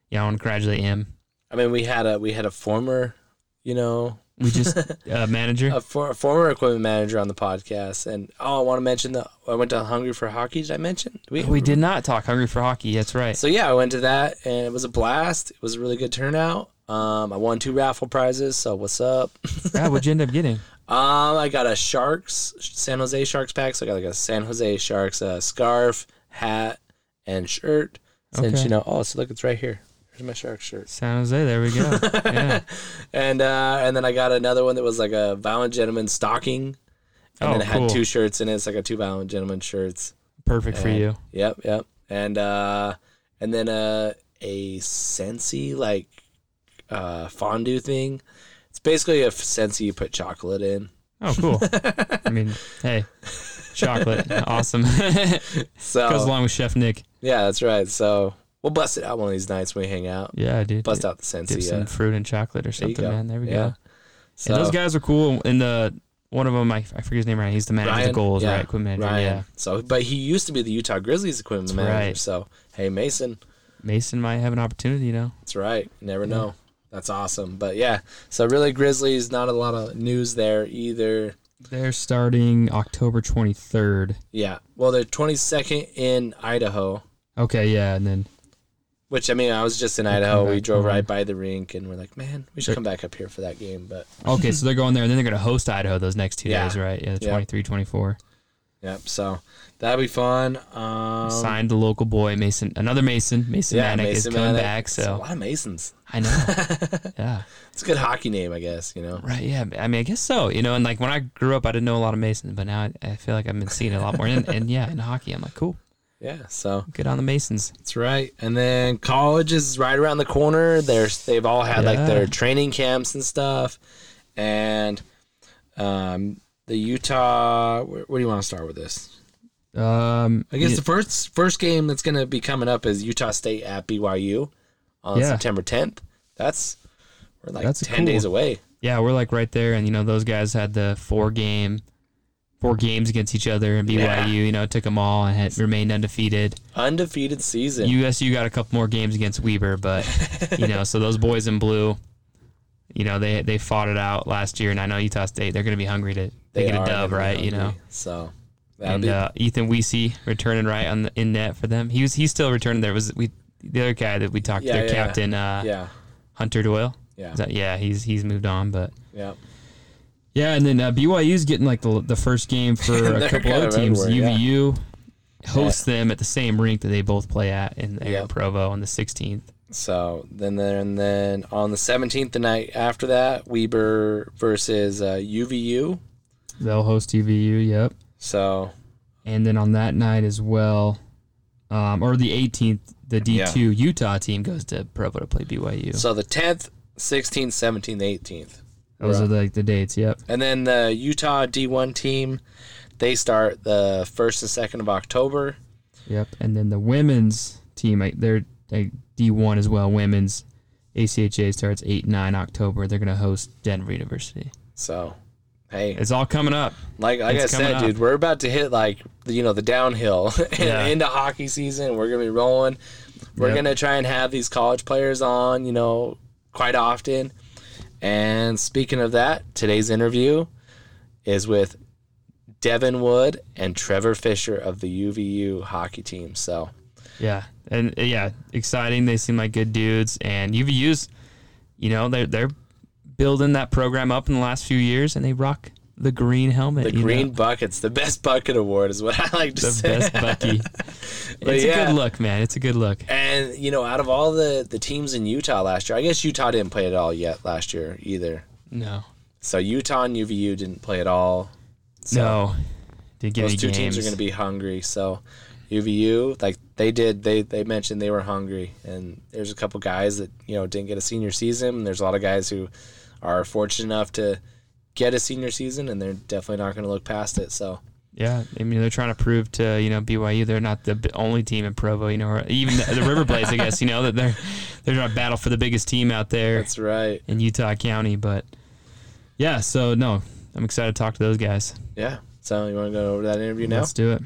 Speaker 2: yeah, I want to congratulate him.
Speaker 1: I mean we had a we had a former you know,
Speaker 2: We just uh, manager.
Speaker 1: a, for, a former equipment manager on the podcast, and oh, I want to mention that I went to Hungry for Hockey. Did I mention?
Speaker 2: we did not talk hungry for hockey.
Speaker 1: <laughs>
Speaker 2: That's right.
Speaker 1: So yeah, I went to that, and it was a blast. It was a really good turnout. Um, I won two raffle prizes. So what's up? <laughs>
Speaker 2: Yeah, what'd you end up getting?
Speaker 1: Um, I got a Sharks San Jose Sharks pack. So I got like a San Jose Sharks uh, scarf, hat, and shirt. Since
Speaker 2: Okay.
Speaker 1: you know, oh, so look, it's right here. Here's my Sharks shirt.
Speaker 2: San Jose. There we go.
Speaker 1: <laughs>
Speaker 2: Yeah.
Speaker 1: And uh, and then I got another one that was like a violent gentleman stocking, and
Speaker 2: Oh,
Speaker 1: then it had
Speaker 2: cool.
Speaker 1: two shirts in it. It's like a two violent gentleman shirts.
Speaker 2: Perfect for
Speaker 1: And-
Speaker 2: you.
Speaker 1: Yep, yep. And uh and then uh a Sensi like uh fondue thing. It's basically a Sensi you put chocolate in.
Speaker 2: Oh, <laughs> cool. I mean, hey, <laughs> chocolate, awesome. Goes
Speaker 1: So
Speaker 2: along with Chef Nick.
Speaker 1: yeah, that's right. So we'll bust it out one of these nights when we hang out.
Speaker 2: Yeah, dude.
Speaker 1: Bust out the
Speaker 2: dip
Speaker 1: Sensi. uh,
Speaker 2: some
Speaker 1: Yeah.
Speaker 2: fruit and chocolate or
Speaker 1: There you
Speaker 2: something,
Speaker 1: go.
Speaker 2: man. There we
Speaker 1: Yeah.
Speaker 2: go.
Speaker 1: So
Speaker 2: and those guys are cool. And the one of them, I, I forget his name right. He's the manager of
Speaker 1: Ryan,
Speaker 2: the goals,
Speaker 1: yeah,
Speaker 2: right? Equipment manager.
Speaker 1: Ryan.
Speaker 2: Yeah.
Speaker 1: So but he used to be the Utah Grizzlies equipment
Speaker 2: That's
Speaker 1: manager.
Speaker 2: right.
Speaker 1: So hey Mason,
Speaker 2: Mason might have an opportunity, you know.
Speaker 1: That's right. You never know. That's awesome. But yeah, so really Grizzlies, not a lot of news there either.
Speaker 2: They're starting October 23rd.
Speaker 1: Yeah. Well, they're 22nd in Idaho.
Speaker 2: Okay, yeah. And then,
Speaker 1: Which I mean, I was just in Idaho. We
Speaker 2: back
Speaker 1: drove
Speaker 2: home.
Speaker 1: right by the rink, and we're like, "Man, we should
Speaker 2: Sure.
Speaker 1: come back up here for that game." But
Speaker 2: okay, so they're going there and then they're going to host Idaho those next two
Speaker 1: Yeah.
Speaker 2: days, right? Yeah, the
Speaker 1: Yeah.
Speaker 2: 23, 24.
Speaker 1: yep, so that'd be fun. Um,
Speaker 2: Signed the local boy, Mason. Another Mason. Mason
Speaker 1: yeah,
Speaker 2: Manic
Speaker 1: Mason
Speaker 2: is coming
Speaker 1: Manic.
Speaker 2: back.
Speaker 1: It's a
Speaker 2: So
Speaker 1: lot of Masons.
Speaker 2: I know. <laughs> yeah.
Speaker 1: It's a good hockey name, I guess. You know,
Speaker 2: Right. Yeah. I mean, I guess so. You know, and like when I grew up, I didn't know a lot of Masons, but now I, I feel like I've been seeing it a lot more. And, and yeah, in hockey, I'm like, cool.
Speaker 1: yeah. So
Speaker 2: Good on the Masons.
Speaker 1: that's right. And then college is right around the corner. They're they've all had like
Speaker 2: Yeah.
Speaker 1: their training camps and stuff, and um, the Utah. Where, where do you want to start with this?
Speaker 2: Um,
Speaker 1: I guess the first first game that's going to be coming up is Utah State at BYU on
Speaker 2: Yeah.
Speaker 1: September 10th. That's we're like
Speaker 2: That's
Speaker 1: 10 days
Speaker 2: cool.
Speaker 1: away.
Speaker 2: yeah, we're like right there, and you know those guys had the four game, four games against each other, and BYU,
Speaker 1: Yeah.
Speaker 2: you know, took them all and had remained undefeated.
Speaker 1: Undefeated season.
Speaker 2: USU got a couple more games against
Speaker 1: <laughs>
Speaker 2: Weber, but you know, so those boys in blue, you know, they they fought it out last year, and I know Utah State they're going to be hungry to, to get a
Speaker 1: are
Speaker 2: dub,
Speaker 1: gonna be
Speaker 2: right? You know,
Speaker 1: hungry. So that'll
Speaker 2: and
Speaker 1: be
Speaker 2: uh, Ethan Weesey returning right on the in net for them. He was he's still returning. There was we the other guy that we talked
Speaker 1: Yeah,
Speaker 2: to, their
Speaker 1: yeah, yeah.
Speaker 2: captain uh,
Speaker 1: yeah,
Speaker 2: Hunter Doyle.
Speaker 1: yeah,
Speaker 2: Is that- yeah, he's he's moved on, but
Speaker 1: yeah.
Speaker 2: yeah, and then uh, BYU's getting like the the
Speaker 1: <laughs>
Speaker 2: first game for a
Speaker 1: They're
Speaker 2: couple
Speaker 1: kind
Speaker 2: other
Speaker 1: of
Speaker 2: teams.
Speaker 1: everywhere, yeah.
Speaker 2: UVU hosts them at the same rink that they both play at in there
Speaker 1: Yep.
Speaker 2: in Provo on the 16th.
Speaker 1: So then, then, and then on the seventeenth, the night after that, Weber versus uh, UVU.
Speaker 2: They'll host UVU. Yep.
Speaker 1: So
Speaker 2: And then on that night as well, um, or the 18th, the
Speaker 1: Yeah.
Speaker 2: D2 Utah team goes to Provo to play BYU.
Speaker 1: so the tenth, sixteenth, seventeenth, eighteenth,
Speaker 2: Those
Speaker 1: right.
Speaker 2: are like the dates. Yep.
Speaker 1: and then the Utah D one team. They start the first and second of October.
Speaker 2: Yep. And then the women's team, like, they're like D1 as well. Women's ACHA starts 8 9 October. They're going to host Denver University.
Speaker 1: So, hey,
Speaker 2: It's all coming up.
Speaker 1: Like like
Speaker 2: It's
Speaker 1: I
Speaker 2: coming
Speaker 1: said,
Speaker 2: up.
Speaker 1: dude, we're about to hit like the- you know the downhill <laughs> and
Speaker 2: Yeah.
Speaker 1: into hockey season. We're gonna be rolling. We're
Speaker 2: Yep.
Speaker 1: gonna try and have these college players on, you know, quite often. And speaking of that, today's interview is with Devin Wood and Trevor Fisher of the UVU hockey team. So
Speaker 2: Yeah. And uh, yeah, exciting. They seem like good dudes. And UVU's, you know, they're, they're building that program up in the last few years and they rock the green helmet.
Speaker 1: the
Speaker 2: you know?
Speaker 1: green buckets, the best bucket award, is what I like to <laughs>
Speaker 2: the
Speaker 1: say.
Speaker 2: best Bucky.
Speaker 1: But
Speaker 2: it's a
Speaker 1: yeah.
Speaker 2: good look, man. It's a good look.
Speaker 1: And you know, out of all the the teams in Utah last year, I guess Utah didn't play at all yet last year either.
Speaker 2: No,
Speaker 1: So Utah and UVU didn't play at all. So
Speaker 2: no, did get
Speaker 1: Those
Speaker 2: any
Speaker 1: two
Speaker 2: games.
Speaker 1: teams are going to be hungry. So UVU, like they did, they they mentioned they were hungry, and there's a couple guys that you know didn't get a senior season. And there's a lot of guys who are fortunate enough to get a senior season, and they're definitely not going to look past it. So
Speaker 2: yeah, I mean they're trying to prove to you know BYU they're not the b- only team in Provo, you know, or even the, the River Blaze, I guess, you know that they're they're trying to battle for the biggest team out there
Speaker 1: that's right.
Speaker 2: in Utah County. But yeah, so no, I'm excited to talk to those guys.
Speaker 1: Yeah. So you want to go over that interview now?
Speaker 2: Let's do it.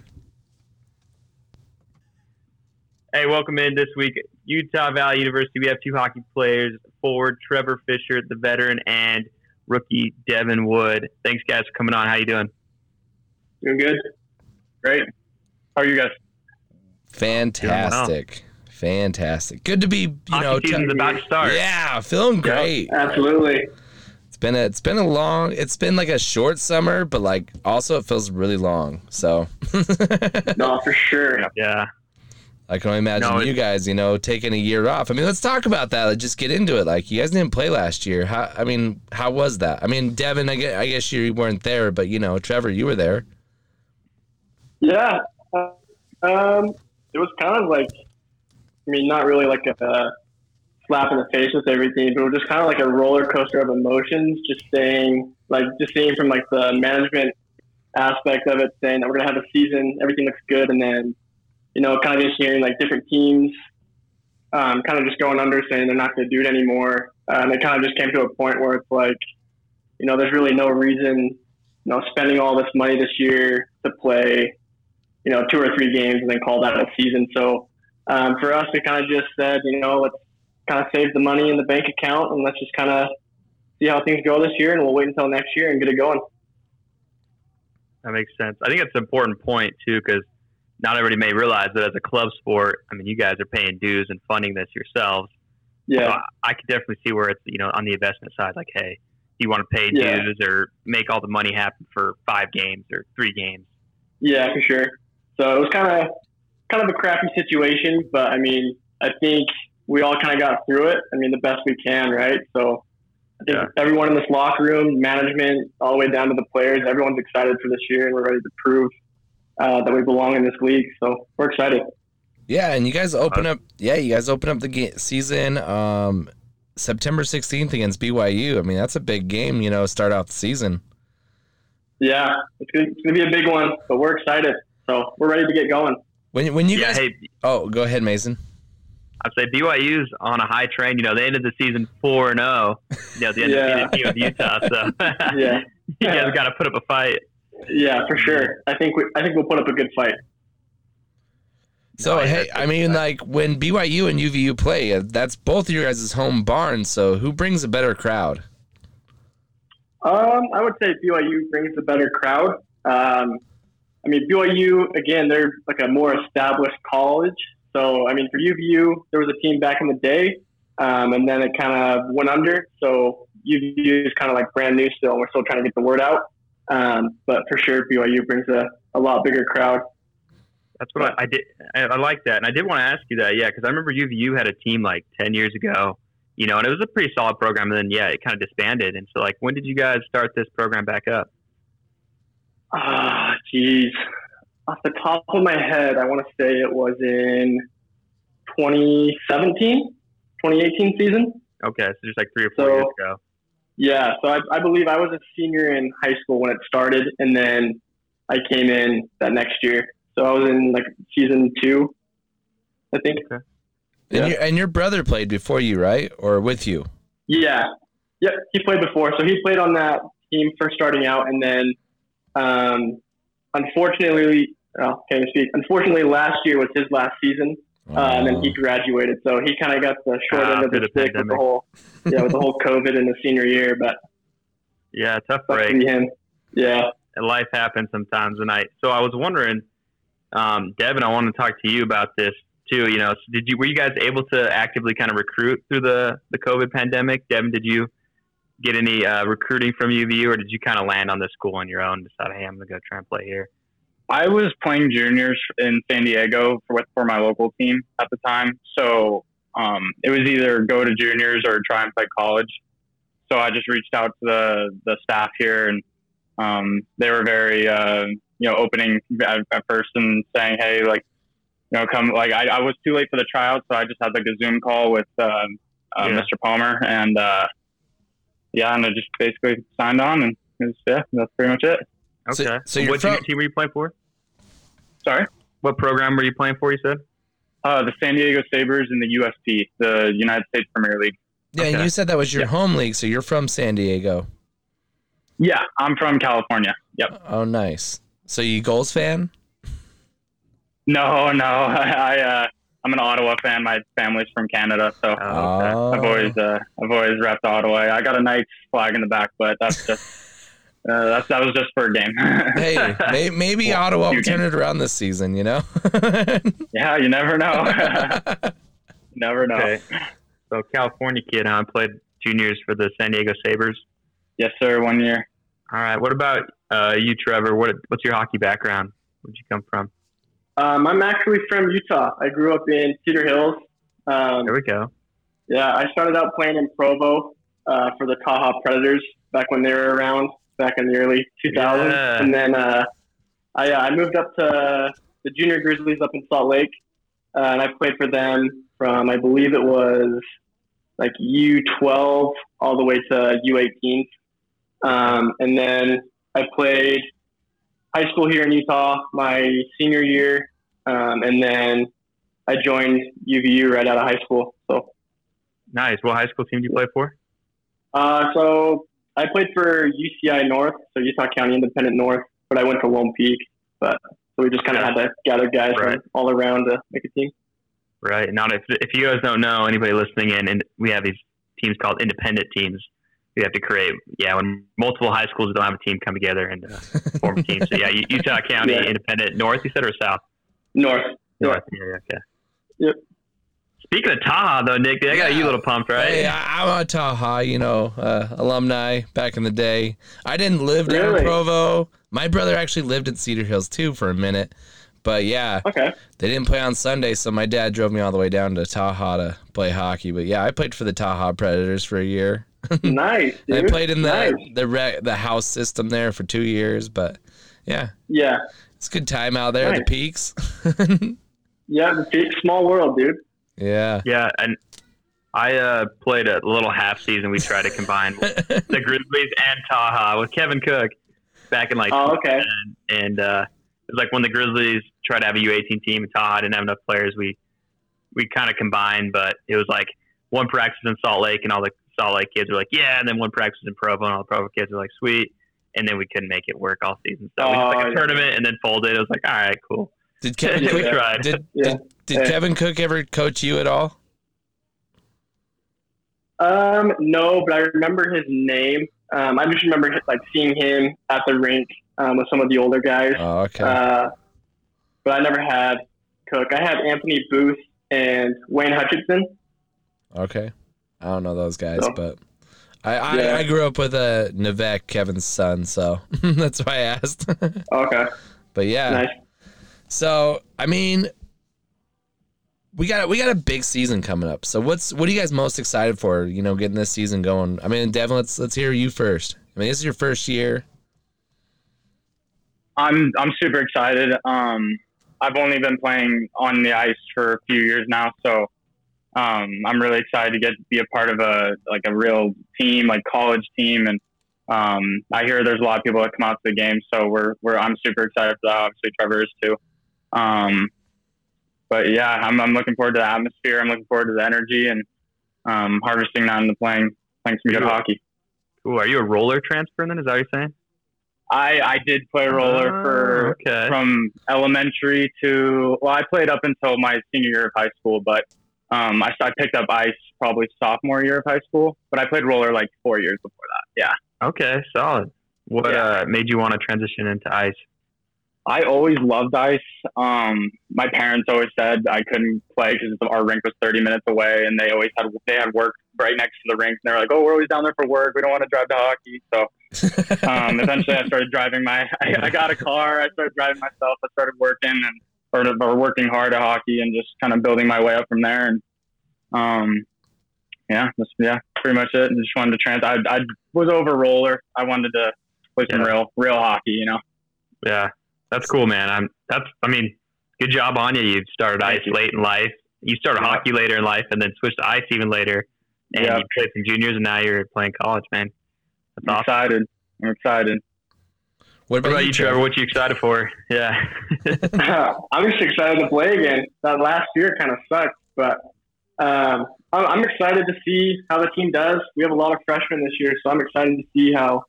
Speaker 3: Hey, welcome in this week. Utah Valley University, we have two hockey players forward Trevor Fisher, the veteran, and rookie Devin Wood. Thanks, guys, for coming on. How you doing?
Speaker 4: Doing good. Great. How are you guys?
Speaker 1: Fantastic, fantastic. Good to be you
Speaker 3: hockey
Speaker 1: know.
Speaker 3: season's
Speaker 1: ta-
Speaker 3: about to start.
Speaker 1: yeah, feeling great.
Speaker 4: Absolutely.
Speaker 1: It's been a, it's been a long it's been like a short summer, but like also it feels really long. So
Speaker 4: No, for sure.
Speaker 3: Yeah.
Speaker 1: I can only imagine
Speaker 3: No, it-
Speaker 1: you guys, you know, taking a year off. I mean, let's talk about that. Let's just get into it. Like you guys didn't play last year. How I mean, how was that? I mean, Devin, I guess, I guess you weren't there, but you know, Trevor, you were there.
Speaker 4: Yeah. Uh, um, it was kind of like, I mean, not really like a uh, slap in the face with everything, but it was just kind of like a roller coaster of emotions. Just saying, like, just seeing from like the management aspect of it, saying that we're gonna have a season, everything looks good, and then, you know, kind of just hearing like different teams, um, kind of just going under, saying they're not gonna do it anymore, uh, and it kind of just came to a point where it's like, you know, there's really no reason. You know, spending all this money this year to play you know, two or three games and then call that a season. So um, for us, we kind of just said, you know, let's kind of save the money in the bank account and let's just kind of see how things go this year, and we'll wait until next year and get it going.
Speaker 3: That makes sense. I think that's an important point too, because not everybody may realize that as a club sport, I mean, you guys are paying dues and funding this yourselves. So
Speaker 4: Yeah,
Speaker 3: I, I could definitely see where it's you know on the investment side, like, hey, you want to pay
Speaker 4: Yeah.
Speaker 3: dues or make all the money happen for five games or three games.
Speaker 4: yeah, for sure. So it was kind of kind of a crappy situation, but I mean, I think we all kind of got through it. I mean, the best we can, right? So I think
Speaker 3: Yeah.
Speaker 4: everyone in this locker room, management, all the way down to the players, everyone's excited for this year, and we're ready to prove uh, that we belong in this league. So we're excited.
Speaker 1: Yeah, and you guys open
Speaker 3: Uh,
Speaker 1: up. Yeah, you guys open up the ga- season um, September sixteenth against BYU. I mean, that's a big game. You know, start off the season.
Speaker 4: Yeah, it's gonna, it's gonna be a big one, but we're excited. So we're ready to get going.
Speaker 1: When when you
Speaker 3: yeah.
Speaker 1: guys.
Speaker 3: hey,
Speaker 1: Oh, go ahead, Mason.
Speaker 3: I'd say BYU's on a high train. You know, they ended the season four and zero. You know, the
Speaker 4: Yeah.
Speaker 3: undefeated team of Utah. So <laughs>
Speaker 4: <laughs> Yeah,
Speaker 3: you guys got to put up a fight.
Speaker 4: <laughs> yeah, for sure. I think we, I think we'll put up a good fight.
Speaker 1: So
Speaker 3: No, I-
Speaker 1: hey, I mean, like when BYU and UVU play, uh, that's both of your guys' home barn. So who brings a better crowd?
Speaker 4: Um, I would say BYU brings the better crowd. Um, I mean, BYU again, they're like a more established college. So I mean, for UVU, there was a team back in the day, um, and then it kind of went under. So UVU is kind of like brand new still. We're still trying to get the word out. Um, but for sure, BYU brings a, a lot bigger crowd.
Speaker 3: That's what I, I did. I, I like that, and I did want to ask you that, yeah, because I remember UVU had a team like ten years ago, you know, and it was a pretty solid program. And then yeah, it kind of disbanded. And so like, when did you guys start this program back up?
Speaker 4: Ah, jeez. Off the top of my head, I want to say it was in 2017, 2018 season.
Speaker 3: Okay, so just like three or four
Speaker 4: So-
Speaker 3: years ago.
Speaker 4: Yeah, so I, I believe I was a senior in high school when it started, and then I came in that next year. So I was in like season two, I think.
Speaker 1: And,
Speaker 4: Yeah.
Speaker 1: your, and your brother played before you, right, or with you?
Speaker 4: Yeah, yep. He played before, so he played on that team first starting out, and then um, unfortunately, oh, can't even speak. Unfortunately, last year was his last season,
Speaker 5: Uh,
Speaker 4: um, and
Speaker 1: Oh.
Speaker 4: he graduated, so he kind of got the short
Speaker 3: Ah,
Speaker 4: end of
Speaker 3: through
Speaker 4: the,
Speaker 3: the
Speaker 4: stick with the
Speaker 3: pandemic.
Speaker 4: whole yeah with the whole COVID in the senior year. But
Speaker 3: Yeah, tough
Speaker 4: lucky
Speaker 3: break.
Speaker 4: him. Yeah.
Speaker 3: and life happens sometimes. And I, so I was wondering, um, Devin, I want to talk to you about this too. You know, so did you were you guys able to actively kind of recruit through the the COVID pandemic? Devin, did you get any uh, recruiting from UVU, or did you kind of land on this school on your own? and Decide, hey, I'm gonna go try and play here.
Speaker 5: I was playing juniors in San Diego for, with for my local team at the time, so um, it was either go to juniors or try and play college. So I just reached out to the the staff here, and um, they were very uh, you know opening at, at first and saying, "Hey, like you know, come." Like I, I was too late for the tryout, so I just had like a Zoom call with um uh,
Speaker 3: Yeah.
Speaker 5: Mr. Palmer, and uh, yeah, and I just basically signed on, and it was, yeah, that's pretty much it.
Speaker 1: So-
Speaker 3: Okay.
Speaker 1: so you're
Speaker 3: what
Speaker 1: from-
Speaker 3: junior team were you playing for?
Speaker 5: Sorry.
Speaker 3: What program were you playing for? You said.
Speaker 5: Uh, the San Diego Sabres in the USP, the United States Premier League.
Speaker 1: yeah, and
Speaker 3: okay.
Speaker 1: you said that was your
Speaker 5: Yeah.
Speaker 1: home league, so you're from San Diego.
Speaker 5: Yeah, I'm from California. Yep.
Speaker 1: Oh, nice. So you goals fan?
Speaker 5: No, <laughs> no, I, I uh, I'm an Ottawa fan. My family's from Canada, so
Speaker 3: Oh, okay.
Speaker 1: Oh.
Speaker 5: I've always uh, I've always repped Ottawa. I got a Knights flag in the back, but that's just uh, that's that was just for a game. <laughs>
Speaker 1: hey, may, maybe
Speaker 5: Well,
Speaker 1: Ottawa will
Speaker 5: you
Speaker 1: turn it around this season. You
Speaker 5: <laughs>
Speaker 1: know. <laughs>
Speaker 5: yeah, you never know. <laughs> never know.
Speaker 3: Okay. So California kid, huh? Played juniors for the San Diego Sabers.
Speaker 5: Yes, sir. One year.
Speaker 3: All right. What about uh, you, Trevor? What what's your hockey background? Where'd you come from?
Speaker 4: Um, I'm actually from Utah. I grew up in Cedar Hills. Um,
Speaker 3: There we go.
Speaker 4: yeah, I started out playing in Provo uh, for the Taha Predators back when they were around, back in the early 2000s.
Speaker 3: Yeah.
Speaker 4: And then uh, I, uh, I moved up to the Junior Grizzlies up in Salt Lake, uh, and I played for them from, I believe it was like U12 all the way to U18. Um, and then I played high school here in Utah my senior year, um, and then I joined UVU right out of high school. So
Speaker 3: Nice. What high school team do you play for?
Speaker 4: Uh, so I played for UCI North, so Utah County Independent North, but I went to Lone Peak. But so we just kind of had to gather guys
Speaker 3: Right.
Speaker 4: from all around to make a team.
Speaker 3: Right. Now, if, if you guys don't know, anybody listening in, and we have these teams called independent teams. We have to create, yeah, when multiple high schools don't have a team come together and uh, form a team. So, yeah, U-
Speaker 4: <laughs>
Speaker 3: Utah County
Speaker 4: Yeah.
Speaker 3: Independent North, you said, or South?
Speaker 4: North. Yeah.
Speaker 3: Yeah, yeah, okay.
Speaker 4: Yep.
Speaker 3: Speaking of Taha, though, Nick, I got you a little pumped, right?
Speaker 1: Hey, I, I'm a Taha, you know, uh, alumni back in the day. I didn't live down in
Speaker 4: Really?
Speaker 1: Provo. My brother actually lived in Cedar Hills too for a minute. But yeah, <laughs>
Speaker 4: Okay.
Speaker 1: they didn't play on Sunday, so my dad drove me all the way down to Taha to play hockey. But yeah, I played for the Taha Predators for a year.
Speaker 4: nice.
Speaker 1: I
Speaker 4: Dude.
Speaker 1: played in the
Speaker 4: Nice.
Speaker 1: the rec, the house system there for two years. But yeah,
Speaker 4: Yeah.
Speaker 1: it's a good time out there at the
Speaker 4: Nice.
Speaker 1: peaks. <laughs>
Speaker 4: Yeah. the big- Small world, dude.
Speaker 1: yeah.
Speaker 3: Yeah, and I uh, played a little half season. We tried to combine
Speaker 4: <laughs>
Speaker 3: the Grizzlies and Taha with Kevin Cook back in like
Speaker 4: Oh, okay.
Speaker 3: and uh, it was like when the Grizzlies tried to have a U18 team, Todd didn't have enough players. We we kind of combined, but it was like one practice in Salt Lake, and all the Salt Lake kids were like, yeah, and then one practice in Provo, and all the Provo kids were like, sweet. And then we couldn't make it work all season, so we just
Speaker 4: Oh,
Speaker 3: like a
Speaker 4: yeah.
Speaker 3: tournament and then folded. It was like, all right, cool.
Speaker 1: Did
Speaker 3: we
Speaker 4: <laughs>
Speaker 1: Kevin Cook,
Speaker 3: tried.
Speaker 1: did,
Speaker 4: Yeah.
Speaker 1: did, did
Speaker 4: Yeah.
Speaker 1: Kevin Cook ever coach you at all?
Speaker 4: Um, no, but I remember his name. Um, I just remember like seeing him at the rink um, with some of the older guys.
Speaker 1: Oh, okay.
Speaker 4: Uh, but I never had Cook. I had Anthony Booth and Wayne Hutchinson.
Speaker 1: okay. I don't know those guys,
Speaker 4: No.
Speaker 1: but I, I,
Speaker 4: Yeah.
Speaker 1: I grew up with a Nevek, Kevin's son, so <laughs> that's why I asked. <laughs>
Speaker 4: Okay,
Speaker 1: but yeah.
Speaker 4: nice.
Speaker 1: So I mean, we got we got a big season coming up. So what's what are you guys most excited for? You know, getting this season going. I mean, Devin, let's let's hear you first. I mean, this is your first year.
Speaker 5: I'm I'm super excited. Um, I've only been playing on the ice for a few years now, so um, I'm really excited to get to be a part of a like a real team, like college team, and um, I hear there's a lot of people that come out to the game, so we're we're I'm super excited for that. Obviously, Trevor is too. Um, but yeah, I'm I'm looking forward to the atmosphere. I'm looking forward to the energy and um, harvesting that into playing playing some good
Speaker 3: Yeah.
Speaker 5: hockey.
Speaker 3: Cool. Are you a roller transfer then? Is that what you're saying?
Speaker 5: I I did play roller for
Speaker 3: Oh, okay.
Speaker 5: from elementary to well, I played up until my senior year of high school, but um, I, I picked up ice probably sophomore year of high school, but I played roller like four years before
Speaker 3: Okay, solid. What
Speaker 5: Yeah.
Speaker 3: uh, made you want to transition into ice?
Speaker 5: that. I always loved ice. Um, my parents always said I couldn't play because our rink was 30 minutes away, and they always had they had work right next to the rink, and they were like, "Oh, we're always down there for work. We don't want to drive to hockey." So
Speaker 3: <laughs>
Speaker 5: um, eventually I started driving my, I, I got a car, I started driving myself, I started working and started or working hard at hockey and just kind of building my way up from there. And, um, yeah, that's, yeah, pretty much it. Just wanted to trans, I, I was over roller. I wanted to play some
Speaker 3: Yeah.
Speaker 5: real, real hockey, you know?
Speaker 3: Yeah, that's cool, man. I'm that's. I mean, good job on you. You started
Speaker 5: Thank
Speaker 3: ice
Speaker 5: you.
Speaker 3: late in life. You started
Speaker 5: Yeah.
Speaker 3: hockey later in life, and then switched to ice even later. And
Speaker 5: Yeah.
Speaker 3: you played some juniors, and now you're playing college, man. That's
Speaker 5: I'm
Speaker 3: awesome.
Speaker 5: excited. I'm excited.
Speaker 1: what
Speaker 3: What about you, Trevor? What you excited for? <laughs> Yeah,
Speaker 4: <laughs> I'm just excited to play again. That last year kind of sucked, but um, I'm, I'm excited to see how the team does. We have a lot of freshmen this year, so I'm excited to see how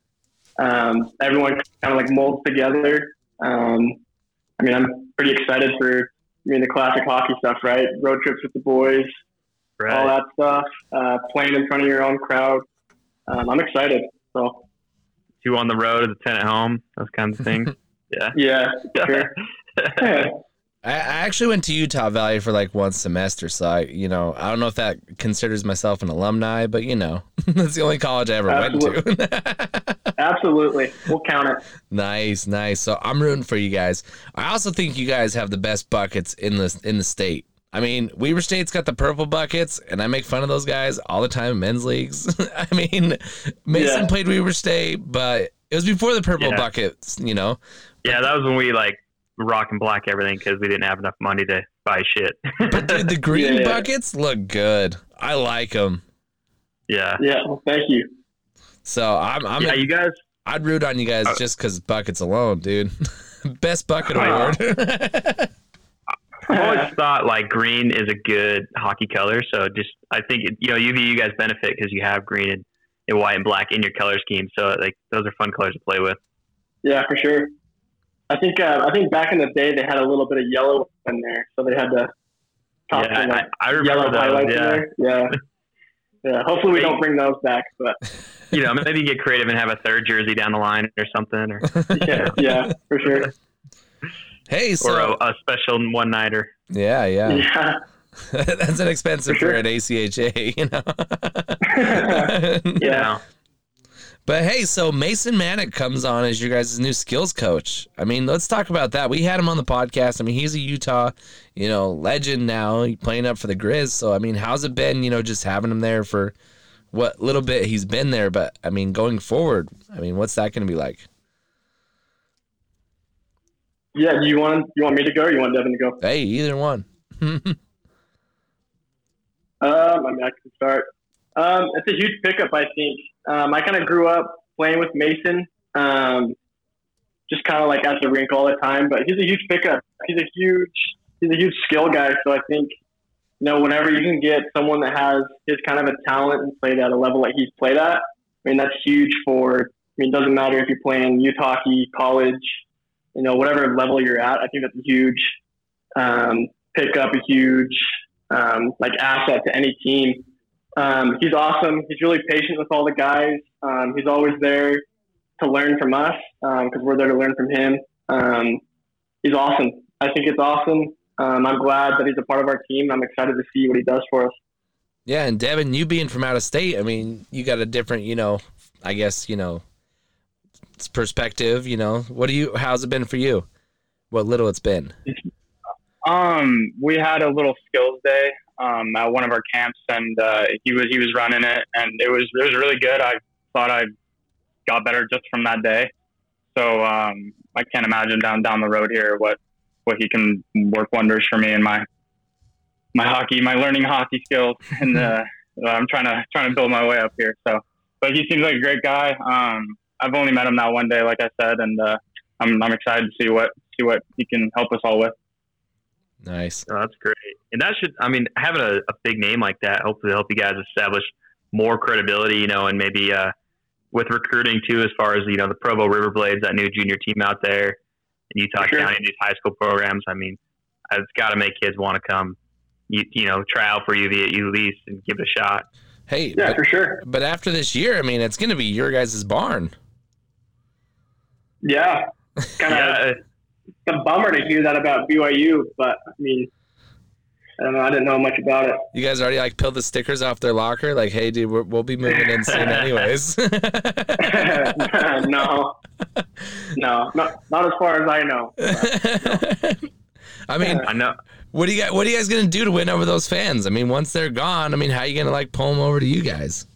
Speaker 4: um, everyone kind of like molds together. Um, I mean, I'm pretty excited for I mean the classic hockey stuff, right? Road trips with the boys, all
Speaker 3: right.
Speaker 4: that stuff, uh, playing in front of your own crowd. Um, I'm excited. So
Speaker 3: Two on the road, the ten at home, those kinds of <laughs> things.
Speaker 4: yeah, sure. <laughs> yeah.
Speaker 1: I, I actually went to Utah Valley for like one semester, so I, you know, I don't know if that considers myself an alumni, but you know, <laughs> that's the only college I ever went <laughs> to.
Speaker 4: absolutely. We'll count it.
Speaker 1: nice, nice. So I'm rooting for you guys. I also think you guys have the best buckets in the in the state. I mean, Weaver State's got the purple buckets, and I make fun of those guys all the time in men's leagues. <laughs> I mean, Mason
Speaker 4: Yeah.
Speaker 1: played Weaver State, but it was before the purple
Speaker 3: Yeah.
Speaker 1: buckets, you know.
Speaker 3: <laughs> yeah, that was when we like rock and block everything because we didn't have enough money to buy shit. <laughs>
Speaker 1: But dude, the green
Speaker 4: Yeah.
Speaker 1: buckets look good. I like them.
Speaker 3: yeah.
Speaker 4: Yeah. Well, thank you.
Speaker 1: So I'm, I'm
Speaker 3: yeah, you guys.
Speaker 1: I'd root on you guys
Speaker 3: Uh,
Speaker 1: just because buckets alone, dude. <laughs> Best bucket
Speaker 3: Oh,
Speaker 1: award. <laughs>
Speaker 3: I've always thought like green is a good hockey color. So just I think you know UV you guys benefit because you have green and, and white and black in your color scheme. So like those are fun colors to play with.
Speaker 4: Yeah, for sure. I think uh, I think back in the day they had a little bit of yellow in there, so they had to toss
Speaker 3: Yeah,
Speaker 4: in,
Speaker 3: I,
Speaker 4: like,
Speaker 3: I
Speaker 4: yellow
Speaker 3: remember
Speaker 4: highlights
Speaker 3: those. Yeah,
Speaker 4: in
Speaker 3: <laughs>
Speaker 4: there. Yeah, yeah. Hopefully we
Speaker 3: Hey.
Speaker 4: don't bring those back,
Speaker 3: <laughs>
Speaker 4: but
Speaker 3: you know maybe get creative and have a third jersey down the line or something, or
Speaker 4: yeah, yeah, for sure.
Speaker 1: hey, so
Speaker 3: or a, a special one nighter.
Speaker 1: yeah, yeah,
Speaker 4: <laughs> Yeah,
Speaker 1: <laughs> that's inexpensive
Speaker 4: For
Speaker 1: for,
Speaker 4: sure.
Speaker 1: an ACHA, you know.
Speaker 3: You
Speaker 4: <laughs> yeah,
Speaker 3: know?
Speaker 1: <laughs> but hey, so Mason Manic comes on as your guys' new skills coach. I mean, let's talk about that. We had him on the podcast. I mean, he's a Utah, you know, legend now, He playing up for the Grizz. So I mean, how's it been? You know, just having him there for what little bit he's been there, but I mean, going forward, I mean, what's that going to be like?
Speaker 4: yeah. Do you want you want me to go, or you want Devin to go?
Speaker 1: Hey, either one. <laughs>
Speaker 4: Um, I mean, I can start. Um, it's a huge pickup, I think. Um, I kind of grew up playing with Mason, um, just kind of like at the rink all the time. But he's a huge pickup. He's a huge, he's a huge skill guy. So I think you know, whenever you can get someone that has his kind of a talent and played at a level like he's played at, I mean, that's huge for, I mean, it doesn't matter if you're playing youth hockey, college, you know, whatever level you're at. I think that's a huge um, pick up, a huge um, like asset to any team. Um, he's awesome. He's really patient with all the guys. Um, he's always there to learn from us because we're there to learn from him. Um, he's awesome. I think it's awesome. Um, I'm glad that he's a part of our team. I'm excited to see what he does for us.
Speaker 1: Yeah, and Devin, you being from out of state, I mean, you got a different, you know, I guess, you know, s- perspective, you know. What do you how's it been for you? What little it's been.
Speaker 5: Um, we had a little skills day um, at one of our camps, and uh, he was he was running it, and it was it was really good. I thought I got better just from that day, so um, I can't imagine down down the road here what what he can work wonders for me and my my hockey, my learning hockey skills, and uh, I'm trying to trying to build my way up here. So, but he seems like a great guy. Um, I've only met him that one day, like I said, and uh, I'm I'm excited to see what see what he can help us all with.
Speaker 1: Nice.
Speaker 3: Oh, that's great. And that should, I mean, having a, a big name like that hopefully help you guys establish more credibility, you know, and maybe uh, with recruiting too, as far as, you know, the Provo Riverblades, that new junior team out there in Utah
Speaker 5: Sure.
Speaker 3: County, these high school programs. I mean, it's got to make kids want to come, you, you know, try out for UV at U Least and give it a shot.
Speaker 1: Hey,
Speaker 4: Yeah,
Speaker 1: but,
Speaker 4: for sure.
Speaker 1: but after this year, I mean, it's going to be your guys' barn.
Speaker 4: Yeah. Kind of
Speaker 3: Yeah,
Speaker 4: it's a bummer to hear that about BYU, but I mean, I don't know. I didn't know much about it.
Speaker 1: You guys already like peeled the stickers off their locker like, "Hey dude, we're, we'll be moving in
Speaker 3: <laughs>
Speaker 1: soon anyways." <laughs>
Speaker 4: <laughs> no, no, not, not as far as I know.
Speaker 1: I mean,
Speaker 3: I know.
Speaker 1: what do you guys, what are you guys going to do to win over those fans? I mean, once they're gone, I mean, how are you going to like pull them over to you guys?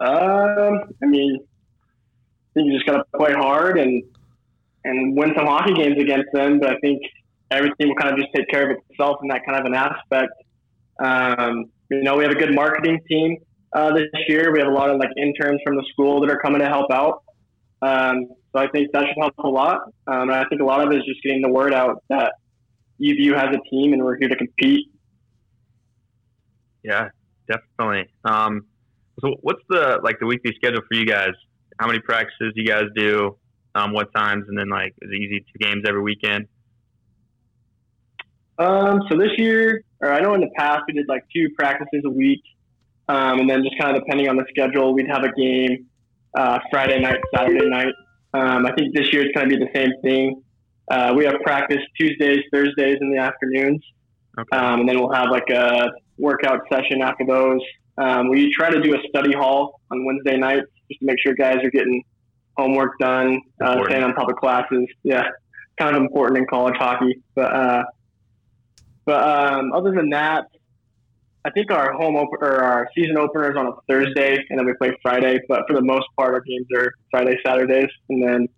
Speaker 4: Um, I mean, I think you just got to play hard and and win some hockey games against them. But I think every team will kind of just take care of itself in that kind of an aspect. Um, you know, we have a good marketing team uh, this year. We have a lot of like interns from the school that are coming to help out. Um, so I think that should help a lot. Um, and I think a lot of it is just getting the word out that UVU has a team and we're here to compete.
Speaker 3: Yeah, definitely. Um, so what's the, like the weekly schedule for you guys? How many practices do you guys do? Um, what times? And then like, is it easy two games every weekend?
Speaker 4: Um, so this year, or I know in the past, we did like two practices a week, um, and then just kind of depending on the schedule, we'd have a game uh, Friday night, Saturday night. Um, I think this year it's going to be the same thing. Uh, we have practice Tuesdays, Thursdays in the afternoons,
Speaker 3: Okay.
Speaker 4: um, and then we'll have like a workout session after those. Um, we try to do a study hall on Wednesday nights just to make sure guys are getting homework done, uh,
Speaker 3: Important.
Speaker 4: staying on top of classes. Yeah, kind of important in college hockey, but. Uh, but um, other than that, I think our home op- or our season opener is on a Thursday, and then we play Friday. But for the most part, our games are Friday, Saturdays, and then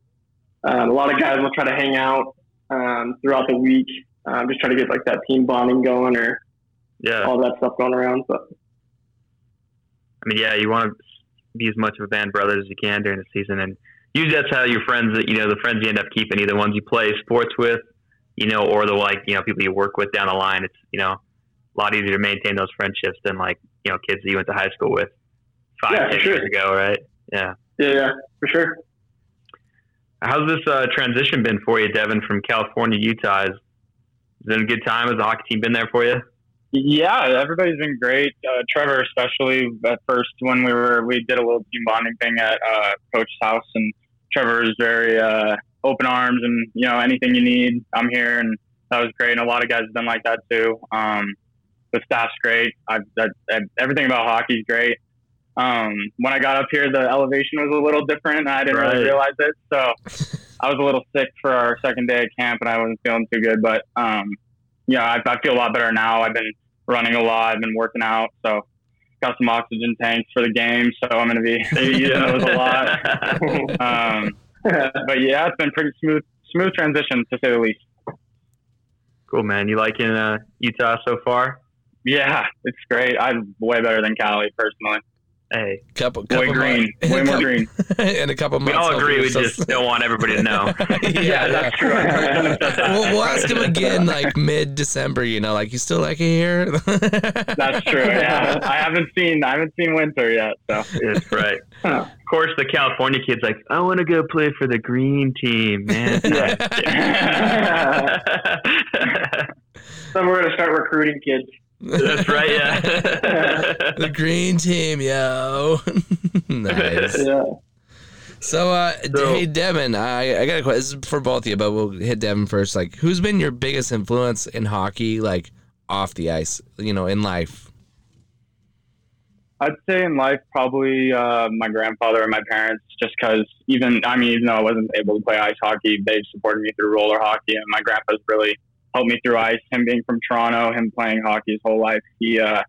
Speaker 4: um, a lot of guys will try to hang out um, throughout the week, um, just try to get like that team bonding going or
Speaker 3: yeah.
Speaker 4: all that stuff going around. But
Speaker 3: I mean, yeah, you want to be as much of a band brother as you can during the season, and usually that's how your friends, that you know, the friends you end up keeping, either ones you play sports with, you know, or the like, you know, people you work with down the line. It's you know, a lot easier to maintain those friendships than like you know kids that you went to high school with five,
Speaker 4: Yeah, for
Speaker 3: six
Speaker 4: sure.
Speaker 3: years ago, right? Yeah.
Speaker 4: yeah, yeah, for sure. <laughs>
Speaker 3: How's this uh, transition been for you, Devin, from California to Utah? Is is it a good time? Has the hockey team been there for you?
Speaker 5: Yeah, everybody's been great. Uh, Trevor, especially at first when we were we did a little team bonding thing at uh, Coach's house, and Trevor is very uh, open arms and you know anything you need, I'm here, and that was great. And a lot of guys have been like that too. Um, the staff's great. I've, that, that, everything about hockey's great. Um, when I got up here, the elevation was a little different. And I didn't
Speaker 3: Right.
Speaker 5: really realize it, so I was a little sick for our second day at camp, and I wasn't feeling too good. But um, yeah, I, I feel a lot better now. I've been running a lot. I've been working out, so got some oxygen tanks for the game. So I'm gonna <laughs> be using those a lot. Um, but yeah, it's been pretty smooth, smooth transition to say the least.
Speaker 3: <laughs> cool, man. You liking uh, Utah so far?
Speaker 5: Yeah, it's great. I'm way better than Cali personally.
Speaker 3: Hey,
Speaker 1: Couple, couple
Speaker 5: Way green,
Speaker 1: months-
Speaker 5: way
Speaker 1: <laughs>
Speaker 5: more green.
Speaker 1: in a couple
Speaker 3: we
Speaker 1: months.
Speaker 3: all
Speaker 1: hopefully
Speaker 3: agree. We
Speaker 1: this will-
Speaker 3: just don't want everybody to know.
Speaker 1: <laughs> yeah, yeah.
Speaker 5: that's true. I kind of said
Speaker 1: <laughs>
Speaker 5: that.
Speaker 1: We'll, we'll ask him again, like mid December. You know, like you still like it here. <laughs>
Speaker 5: That's true. Yeah, I haven't seen I haven't seen winter yet. So
Speaker 3: That's
Speaker 4: <laughs>
Speaker 3: right.
Speaker 5: Huh.
Speaker 3: Of course, the California kid's like, I want to go play for the green team,
Speaker 4: <laughs>
Speaker 3: man. <laughs> That's
Speaker 4: Then we're gonna start recruiting kids.
Speaker 3: right. Yeah.
Speaker 1: <laughs> the green team, yo. <laughs> nice.
Speaker 4: Yeah.
Speaker 1: So, uh,
Speaker 3: So-
Speaker 1: hey Devin, I, I got a question this is for both of you, but we'll hit Devin first. Like, who's been your biggest influence in hockey, like off the ice, you know, in life?
Speaker 5: I'd say in life probably uh, my grandfather and my parents, just because even I mean even though I wasn't able to play ice hockey, they supported me through roller hockey, and my grandpa's really helped me through ice. Him being from Toronto, him playing hockey his whole life, he uh,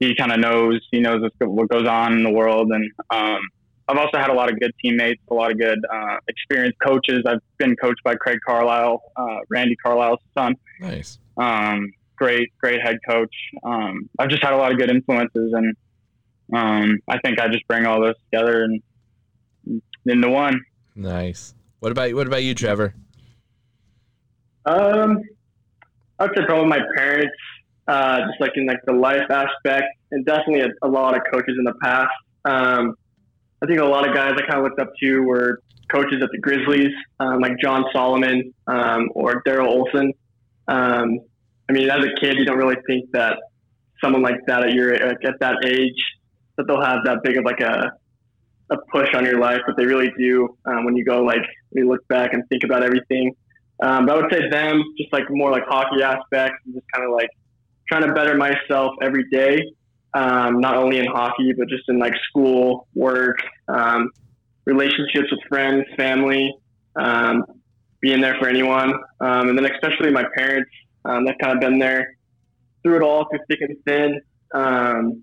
Speaker 5: he kind of knows he knows what's go- what goes on in the world, and um, I've also had a lot of good teammates, a lot of good uh, experienced coaches. I've been coached by Craig Carlisle, uh, Randy Carlisle's son
Speaker 1: Nice.
Speaker 5: um, great, great head coach. Um, I've just had a lot of good influences, and um, I think I just bring all those together and into one.
Speaker 1: Nice. What about what about you, Trevor?
Speaker 4: Um, I'd say probably my parents, uh, just like in like the life aspect, and definitely a, a lot of coaches in the past. Um, I think a lot of guys I kind of looked up to were coaches at the Grizzlies, um, like John Solomon um, or Daryl Olson. Um, I mean, as a kid, you don't really think that someone like that at your like, at that age that they'll have that big of like a a push on your life, but they really do um, when you go like when you look back and think about everything. Um, but I would say them, just like more like hockey aspects, and just kind of like trying to better myself every day, um, not only in hockey, but just in like school, work, um, relationships with friends, family, um, being there for anyone. Um, and then especially my parents, um, they've kind of been there through it all, through thick and thin. Um,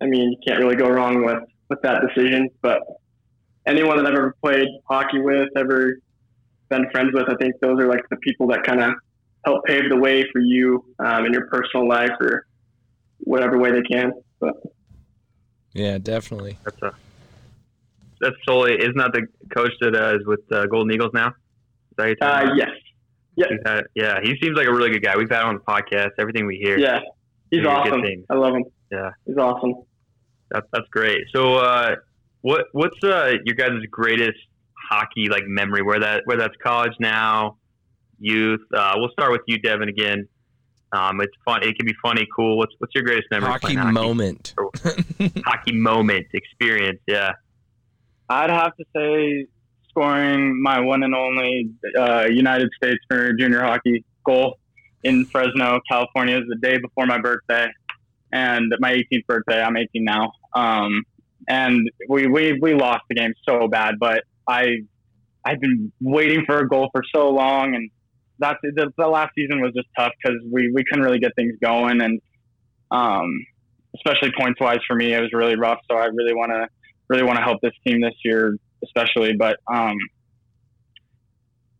Speaker 4: I mean, you can't really go wrong with, with that decision, but anyone that I've ever played hockey with, ever been friends with. I think those are like the people that kind of help pave the way for you um, in your personal life or whatever way they can. But
Speaker 1: Yeah, definitely.
Speaker 3: <laughs> that's a. That's solely isn't that the coach that uh, is with uh, Golden Eagles now? Is that who you're talking
Speaker 4: uh,
Speaker 3: about?
Speaker 4: yes,
Speaker 3: We've had- yeah, he seems like a really good guy. We've had him on the podcast. Everything we hear,
Speaker 4: yeah, he's
Speaker 3: These are good
Speaker 4: awesome.
Speaker 3: things.
Speaker 4: I love him.
Speaker 3: Yeah.
Speaker 4: he's awesome.
Speaker 3: that, that's great. So, uh, what what's uh, your guys' greatest hockey like memory? Where that where that's college now, youth. Uh, we'll start with you, Devin, again. Um, it's fun. It can be funny, cool. What's what's your greatest memory?
Speaker 1: Hockey,
Speaker 3: playing
Speaker 1: moment.
Speaker 3: hockey moment, experience. Yeah,
Speaker 5: I'd have to say scoring my one and only uh, United States for junior hockey goal in Fresno, California, is the day before my birthday and my 18th birthday. I'm 18 now, um, and we, we we lost the game so bad, but I I've been waiting for a goal for so long, and that's the, the last season was just tough because we we couldn't really get things going, and um, especially points wise for me, it was really rough. So I really want to really want to help this team this year, especially. But um,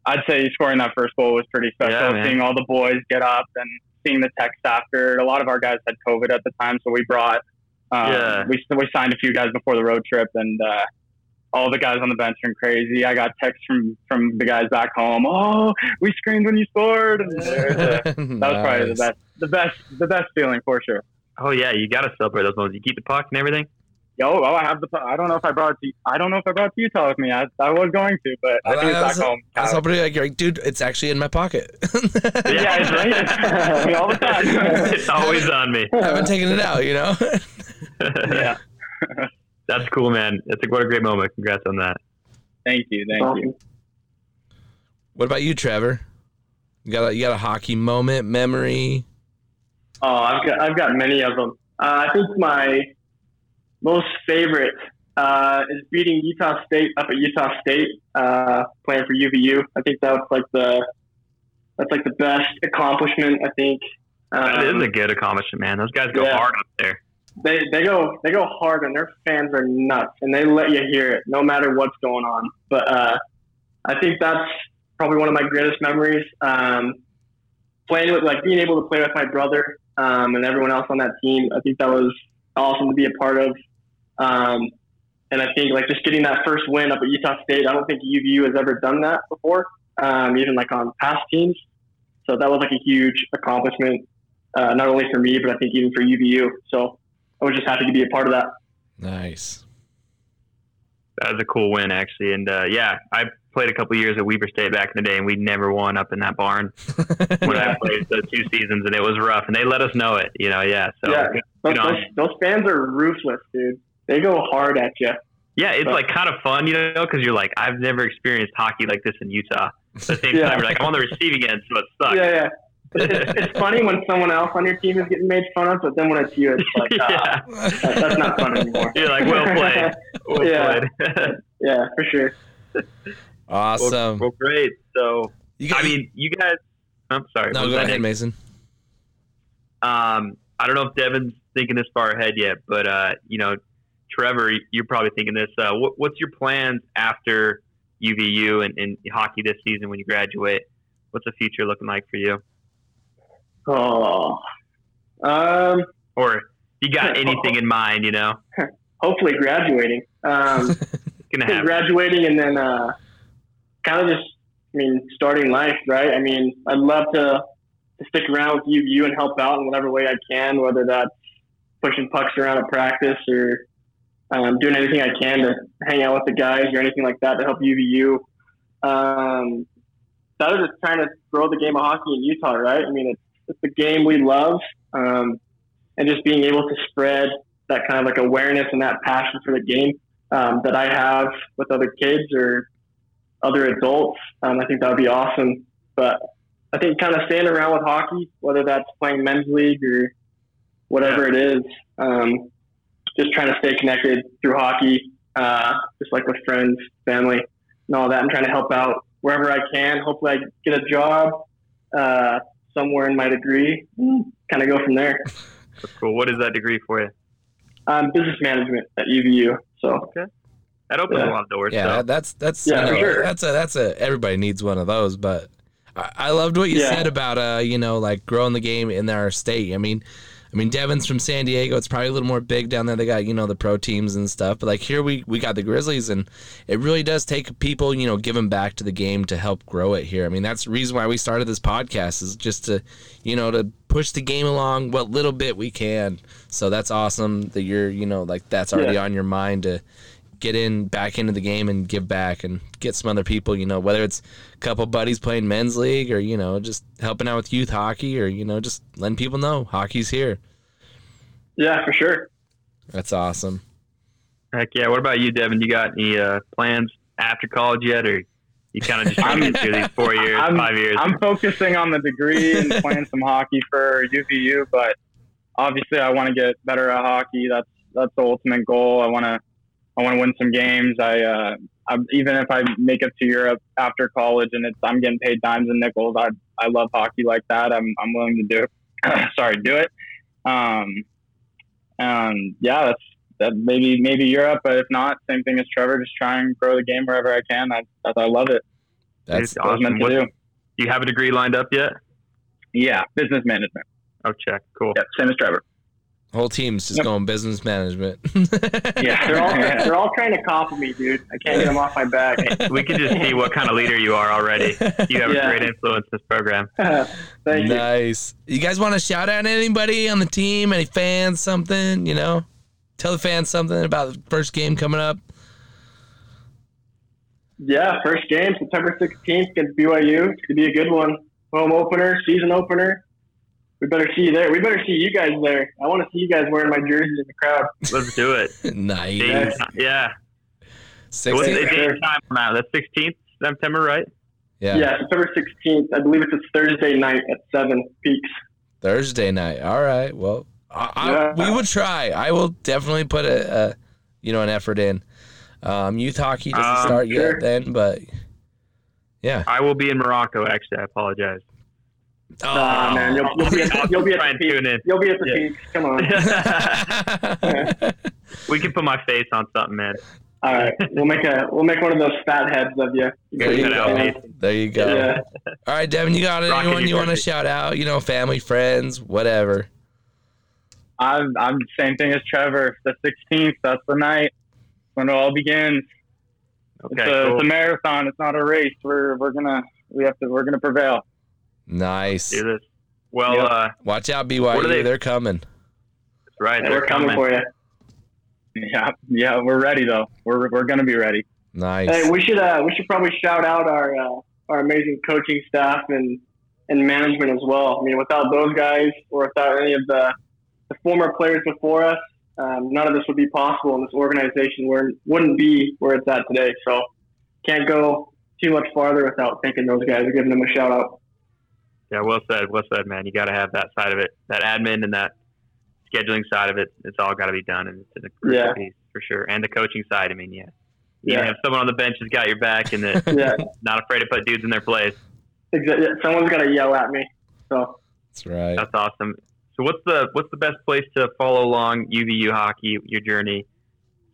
Speaker 5: I'd say scoring that first goal was pretty
Speaker 3: Yeah,
Speaker 5: special.
Speaker 3: man.
Speaker 5: seeing all the boys get up and seeing the text after. A lot of our guys had COVID at the time, so we brought. Um,
Speaker 3: Yeah.
Speaker 5: we, we signed a few guys before the road trip, and uh, all the guys on the bench went crazy. I got texts from from the guys back home. Oh, we screamed when you scored. And there's a-
Speaker 1: that
Speaker 5: <laughs> that was
Speaker 1: <laughs>
Speaker 5: probably the best, the best, the best feeling for sure.
Speaker 3: Oh yeah, you gotta celebrate those moments. You keep the puck and everything. <laughs>
Speaker 5: Yo, oh, I have the. I don't know if I brought it to. I don't know if I brought it to Utah with me. I, I was going to, but I
Speaker 1: Well,
Speaker 5: think it's
Speaker 1: I
Speaker 5: back
Speaker 1: was-
Speaker 5: home.
Speaker 1: I was hoping like, you're like, dude, it's actually in my pocket. <laughs>
Speaker 5: yeah, it's right. We all
Speaker 4: <laughs>
Speaker 5: the time.
Speaker 3: it's always on me. <laughs>
Speaker 1: I haven't taken it out, you know. <laughs>
Speaker 5: yeah.
Speaker 3: that's cool, man. That's a, what a great moment. Congrats on that.
Speaker 5: Thank you. <laughs> Thank
Speaker 4: awesome.
Speaker 5: you.
Speaker 1: what about you, Trevor? You got a, you got a hockey moment memory?
Speaker 4: Oh, I've got I've got many of them. Uh, I think my most favorite uh, is beating Utah State up at Utah State, uh, playing for UVU. I think that's like the that's like the best accomplishment. I think
Speaker 3: That is
Speaker 4: Um,
Speaker 3: a good accomplishment, man. Those guys go
Speaker 4: yeah.
Speaker 3: hard up there.
Speaker 4: they they go they go hard and their fans are nuts and they let you hear it no matter what's going on. But uh, I think that's probably one of my greatest memories. Um, playing with like being able to play with my brother um, and everyone else on that team. I think that was awesome to be a part of. Um, and I think like just getting that first win up at Utah State, I don't think UVU has ever done that before, um, even like on past teams. So that was like a huge accomplishment, uh, not only for me, but I think even for UVU. So I was just happy to be a part of that.
Speaker 1: Nice.
Speaker 3: That was a cool win, actually. And uh, yeah, I played a couple years at Weber State back in the day, and we never won up in
Speaker 1: <laughs>
Speaker 3: that barn when I played the two seasons, and it was rough. And they let us know it, you know. Yeah, so
Speaker 4: Yeah. Those,
Speaker 3: on.
Speaker 4: those, those fans are ruthless, dude. They go hard at you.
Speaker 3: Yeah, it's
Speaker 4: But-
Speaker 3: like kind of fun, you know, because you're like, I've never experienced hockey like this in Utah. But at the same
Speaker 4: Yeah.
Speaker 3: time, you're like, I'm on the receiving end, so it sucks.
Speaker 4: Yeah, yeah. It's, it's-
Speaker 3: <laughs>
Speaker 4: it's funny when someone else on your team is getting made fun of, but then when it's you, it's
Speaker 3: <laughs>
Speaker 4: like, ah,
Speaker 3: Yeah.
Speaker 4: that- that's not fun anymore.
Speaker 3: You're <laughs> like, well played. Well
Speaker 4: <laughs> Yeah.
Speaker 3: played.
Speaker 4: yeah, for sure.
Speaker 3: well,
Speaker 1: <laughs> Awesome.
Speaker 3: <laughs> well, great. So,
Speaker 1: You
Speaker 3: I mean, you guys, I'm sorry.
Speaker 1: no,
Speaker 3: what was
Speaker 1: go
Speaker 3: that,
Speaker 1: ahead,
Speaker 3: Nick?
Speaker 1: Mason.
Speaker 3: Um, I don't know if Devin's thinking this far ahead yet, but, uh, you know, Trevor, you're probably thinking this. Uh, what, what's your plans after UVU and, and hockey this season when you graduate? What's the future looking like for you?
Speaker 4: Oh. Um,
Speaker 3: Or if you got anything
Speaker 5: uh,
Speaker 3: in mind, you know,
Speaker 4: hopefully graduating. Um,
Speaker 3: it's going to
Speaker 4: think
Speaker 3: happen.
Speaker 4: graduating and then uh, kind of just, I mean, starting life, right? I mean, I'd love to, to stick around with UVU and help out in whatever way I can, whether that's pushing pucks around at practice or um, doing anything I can to hang out with the guys or anything like that to help UVU. Um, that was just trying to grow the game of hockey in Utah, right? I mean, it's, it's a game we love, um, and just being able to spread that kind of like awareness and that passion for the game um, that I have with other kids or other adults. Um, I think that would be awesome. But I think kind of staying around with hockey, whether that's playing men's league or whatever it is, um, just trying to stay connected through hockey, uh, just like with friends, family, and all that, and trying to help out wherever I can. Hopefully, I get a job uh, somewhere in my degree, kind of go from there.
Speaker 3: Cool. What is that degree for you?
Speaker 4: Um, business management at UVU. So,
Speaker 3: That opens a
Speaker 4: Yeah.
Speaker 3: lot of doors.
Speaker 1: Yeah,
Speaker 3: so.
Speaker 1: that, that's that's
Speaker 4: Yeah, for
Speaker 1: uh,
Speaker 4: sure.
Speaker 1: that's a that's a everybody needs one of those. But I, I loved what you
Speaker 4: Yeah.
Speaker 1: said about uh you know like growing the game in our state. I mean, I mean Devin's from San Diego. It's probably a little more big down there. They got you know the pro teams and stuff. But like here we we got the Grizzlies, and it really does take people you know giving back to the game to help grow it here. I mean that's the reason why we started this podcast is just to you know to push the game along what little bit we can. So that's awesome that you're you know like that's already on your mind to get in back into the game and give back and get some other people you know whether it's a couple buddies playing men's league or you know just helping out with youth hockey or you know just letting people know hockey's here
Speaker 4: yeah, for sure.
Speaker 1: that's awesome
Speaker 3: Heck yeah. What about you, Devin? You got any uh, plans after college yet, or you kind
Speaker 5: <laughs>
Speaker 3: of just trying to get through these four years,
Speaker 5: I'm-
Speaker 3: five years?
Speaker 5: I'm focusing on the degree and playing some hockey for UVU, but obviously I want to get better at hockey. That's that's the ultimate goal. I want to I want to win some games. I, uh, I even if I make it to Europe after college and it's I'm getting paid dimes and nickels. I I love hockey like that. I'm I'm willing to do it. <coughs> Sorry, do it. Um, um, yeah, that's that. Maybe maybe Europe, but if not, same thing as Trevor. Just try and grow the game wherever I can. I I love it.
Speaker 1: that's
Speaker 5: I was meant to
Speaker 3: What-
Speaker 5: do.
Speaker 3: do you have a degree lined up yet?
Speaker 5: Yeah, business management.
Speaker 3: Oh, check. Cool.
Speaker 5: Yeah, same as Trevor.
Speaker 1: whole team's just
Speaker 5: Yep.
Speaker 1: going business
Speaker 3: <laughs>
Speaker 1: management
Speaker 5: Yeah,
Speaker 4: They're all they're all trying to copy me, dude. I can't get them off
Speaker 1: <laughs>
Speaker 4: my back. <laughs>
Speaker 3: We can just see what kind of leader you are already. You have a
Speaker 4: Yeah.
Speaker 3: great influence in this program.
Speaker 1: <laughs>
Speaker 4: Thank you.
Speaker 1: nice you guys want to shout out anybody on the team any fans something you know tell the fans something about the first game coming up <laughs>
Speaker 4: Yeah, first game September sixteenth against BYU. It's gonna be a good one. Home opener, season opener. We better see you there. We better see you guys there. I want to see you guys wearing my jersey in the crowd.
Speaker 3: Let's do it.
Speaker 1: nice
Speaker 3: Dayton- Yeah. What's the
Speaker 1: 16
Speaker 4: it?
Speaker 3: date and time on that? That's 16th September, right?
Speaker 1: yeah.
Speaker 4: Yeah, September sixteenth. I believe it's a Thursday night at seven peaks.
Speaker 1: Thursday night. All right. Well, I, I,
Speaker 4: Yeah.
Speaker 1: we will try. I will definitely put a, a you know an effort in. Um, youth hockey doesn't
Speaker 3: Um,
Speaker 1: start
Speaker 4: Uh, sure.
Speaker 1: yet then, but yeah.
Speaker 3: I will be in Morocco, actually. I apologize.
Speaker 1: Oh.
Speaker 4: Nah, man, you'll, you'll be at, you'll be at
Speaker 3: Try
Speaker 4: the
Speaker 3: and
Speaker 4: peaks.
Speaker 3: tune in.
Speaker 4: You'll be at the
Speaker 3: Yeah.
Speaker 4: peaks. Come on.
Speaker 1: Oh. <laughs>
Speaker 4: <laughs>
Speaker 3: we can put my face on something, man.
Speaker 4: All right, we'll make a we'll make one of those fat heads of you.
Speaker 1: There you go. There you go.
Speaker 4: Yeah.
Speaker 1: All right, Devin, you got
Speaker 3: Rocking
Speaker 1: anyone
Speaker 3: your
Speaker 1: you want to
Speaker 3: jersey.
Speaker 1: shout out? You know, family, friends, whatever.
Speaker 5: I'm I'm same thing as Trevor. The 16th, that's the night when it all begins.
Speaker 3: Okay,
Speaker 5: it's, a,
Speaker 4: uh,
Speaker 3: cool.
Speaker 5: it's a marathon. It's not a race. We're we're gonna we have to we're gonna prevail.
Speaker 1: Nice.
Speaker 3: do this. Well,
Speaker 5: Yeah.
Speaker 3: uh,
Speaker 1: Watch out, BYU.
Speaker 3: What are they-
Speaker 1: They're coming.
Speaker 3: right,
Speaker 4: And
Speaker 3: they're
Speaker 4: we're coming for you.
Speaker 5: Yeah, yeah, we're ready though. We're we're gonna be ready.
Speaker 1: Nice.
Speaker 4: Hey, we should uh, we should probably shout out our uh, our amazing coaching staff and and management as well. I mean, without those guys or without any of the the former players before us, um, none of this would be possible, and this organization were, wouldn't be where it's at today. So, can't go too much farther without thanking those guys and giving them a shout out.
Speaker 3: Yeah, well said, well said, man. You got to have that side of it, that admin and that scheduling side of it. It's all got to be done, and it's a crucial
Speaker 4: Yeah.
Speaker 3: piece for sure. And the coaching side, I mean, yeah, you
Speaker 4: Yeah.
Speaker 3: have someone on the bench who's got your back and that
Speaker 4: Yeah,
Speaker 3: not afraid to put dudes in their place.
Speaker 4: exactly. Someone's gonna yell at me. So,
Speaker 1: That's right.
Speaker 3: That's awesome. So, what's the what's the best place to follow along UVU hockey, your journey,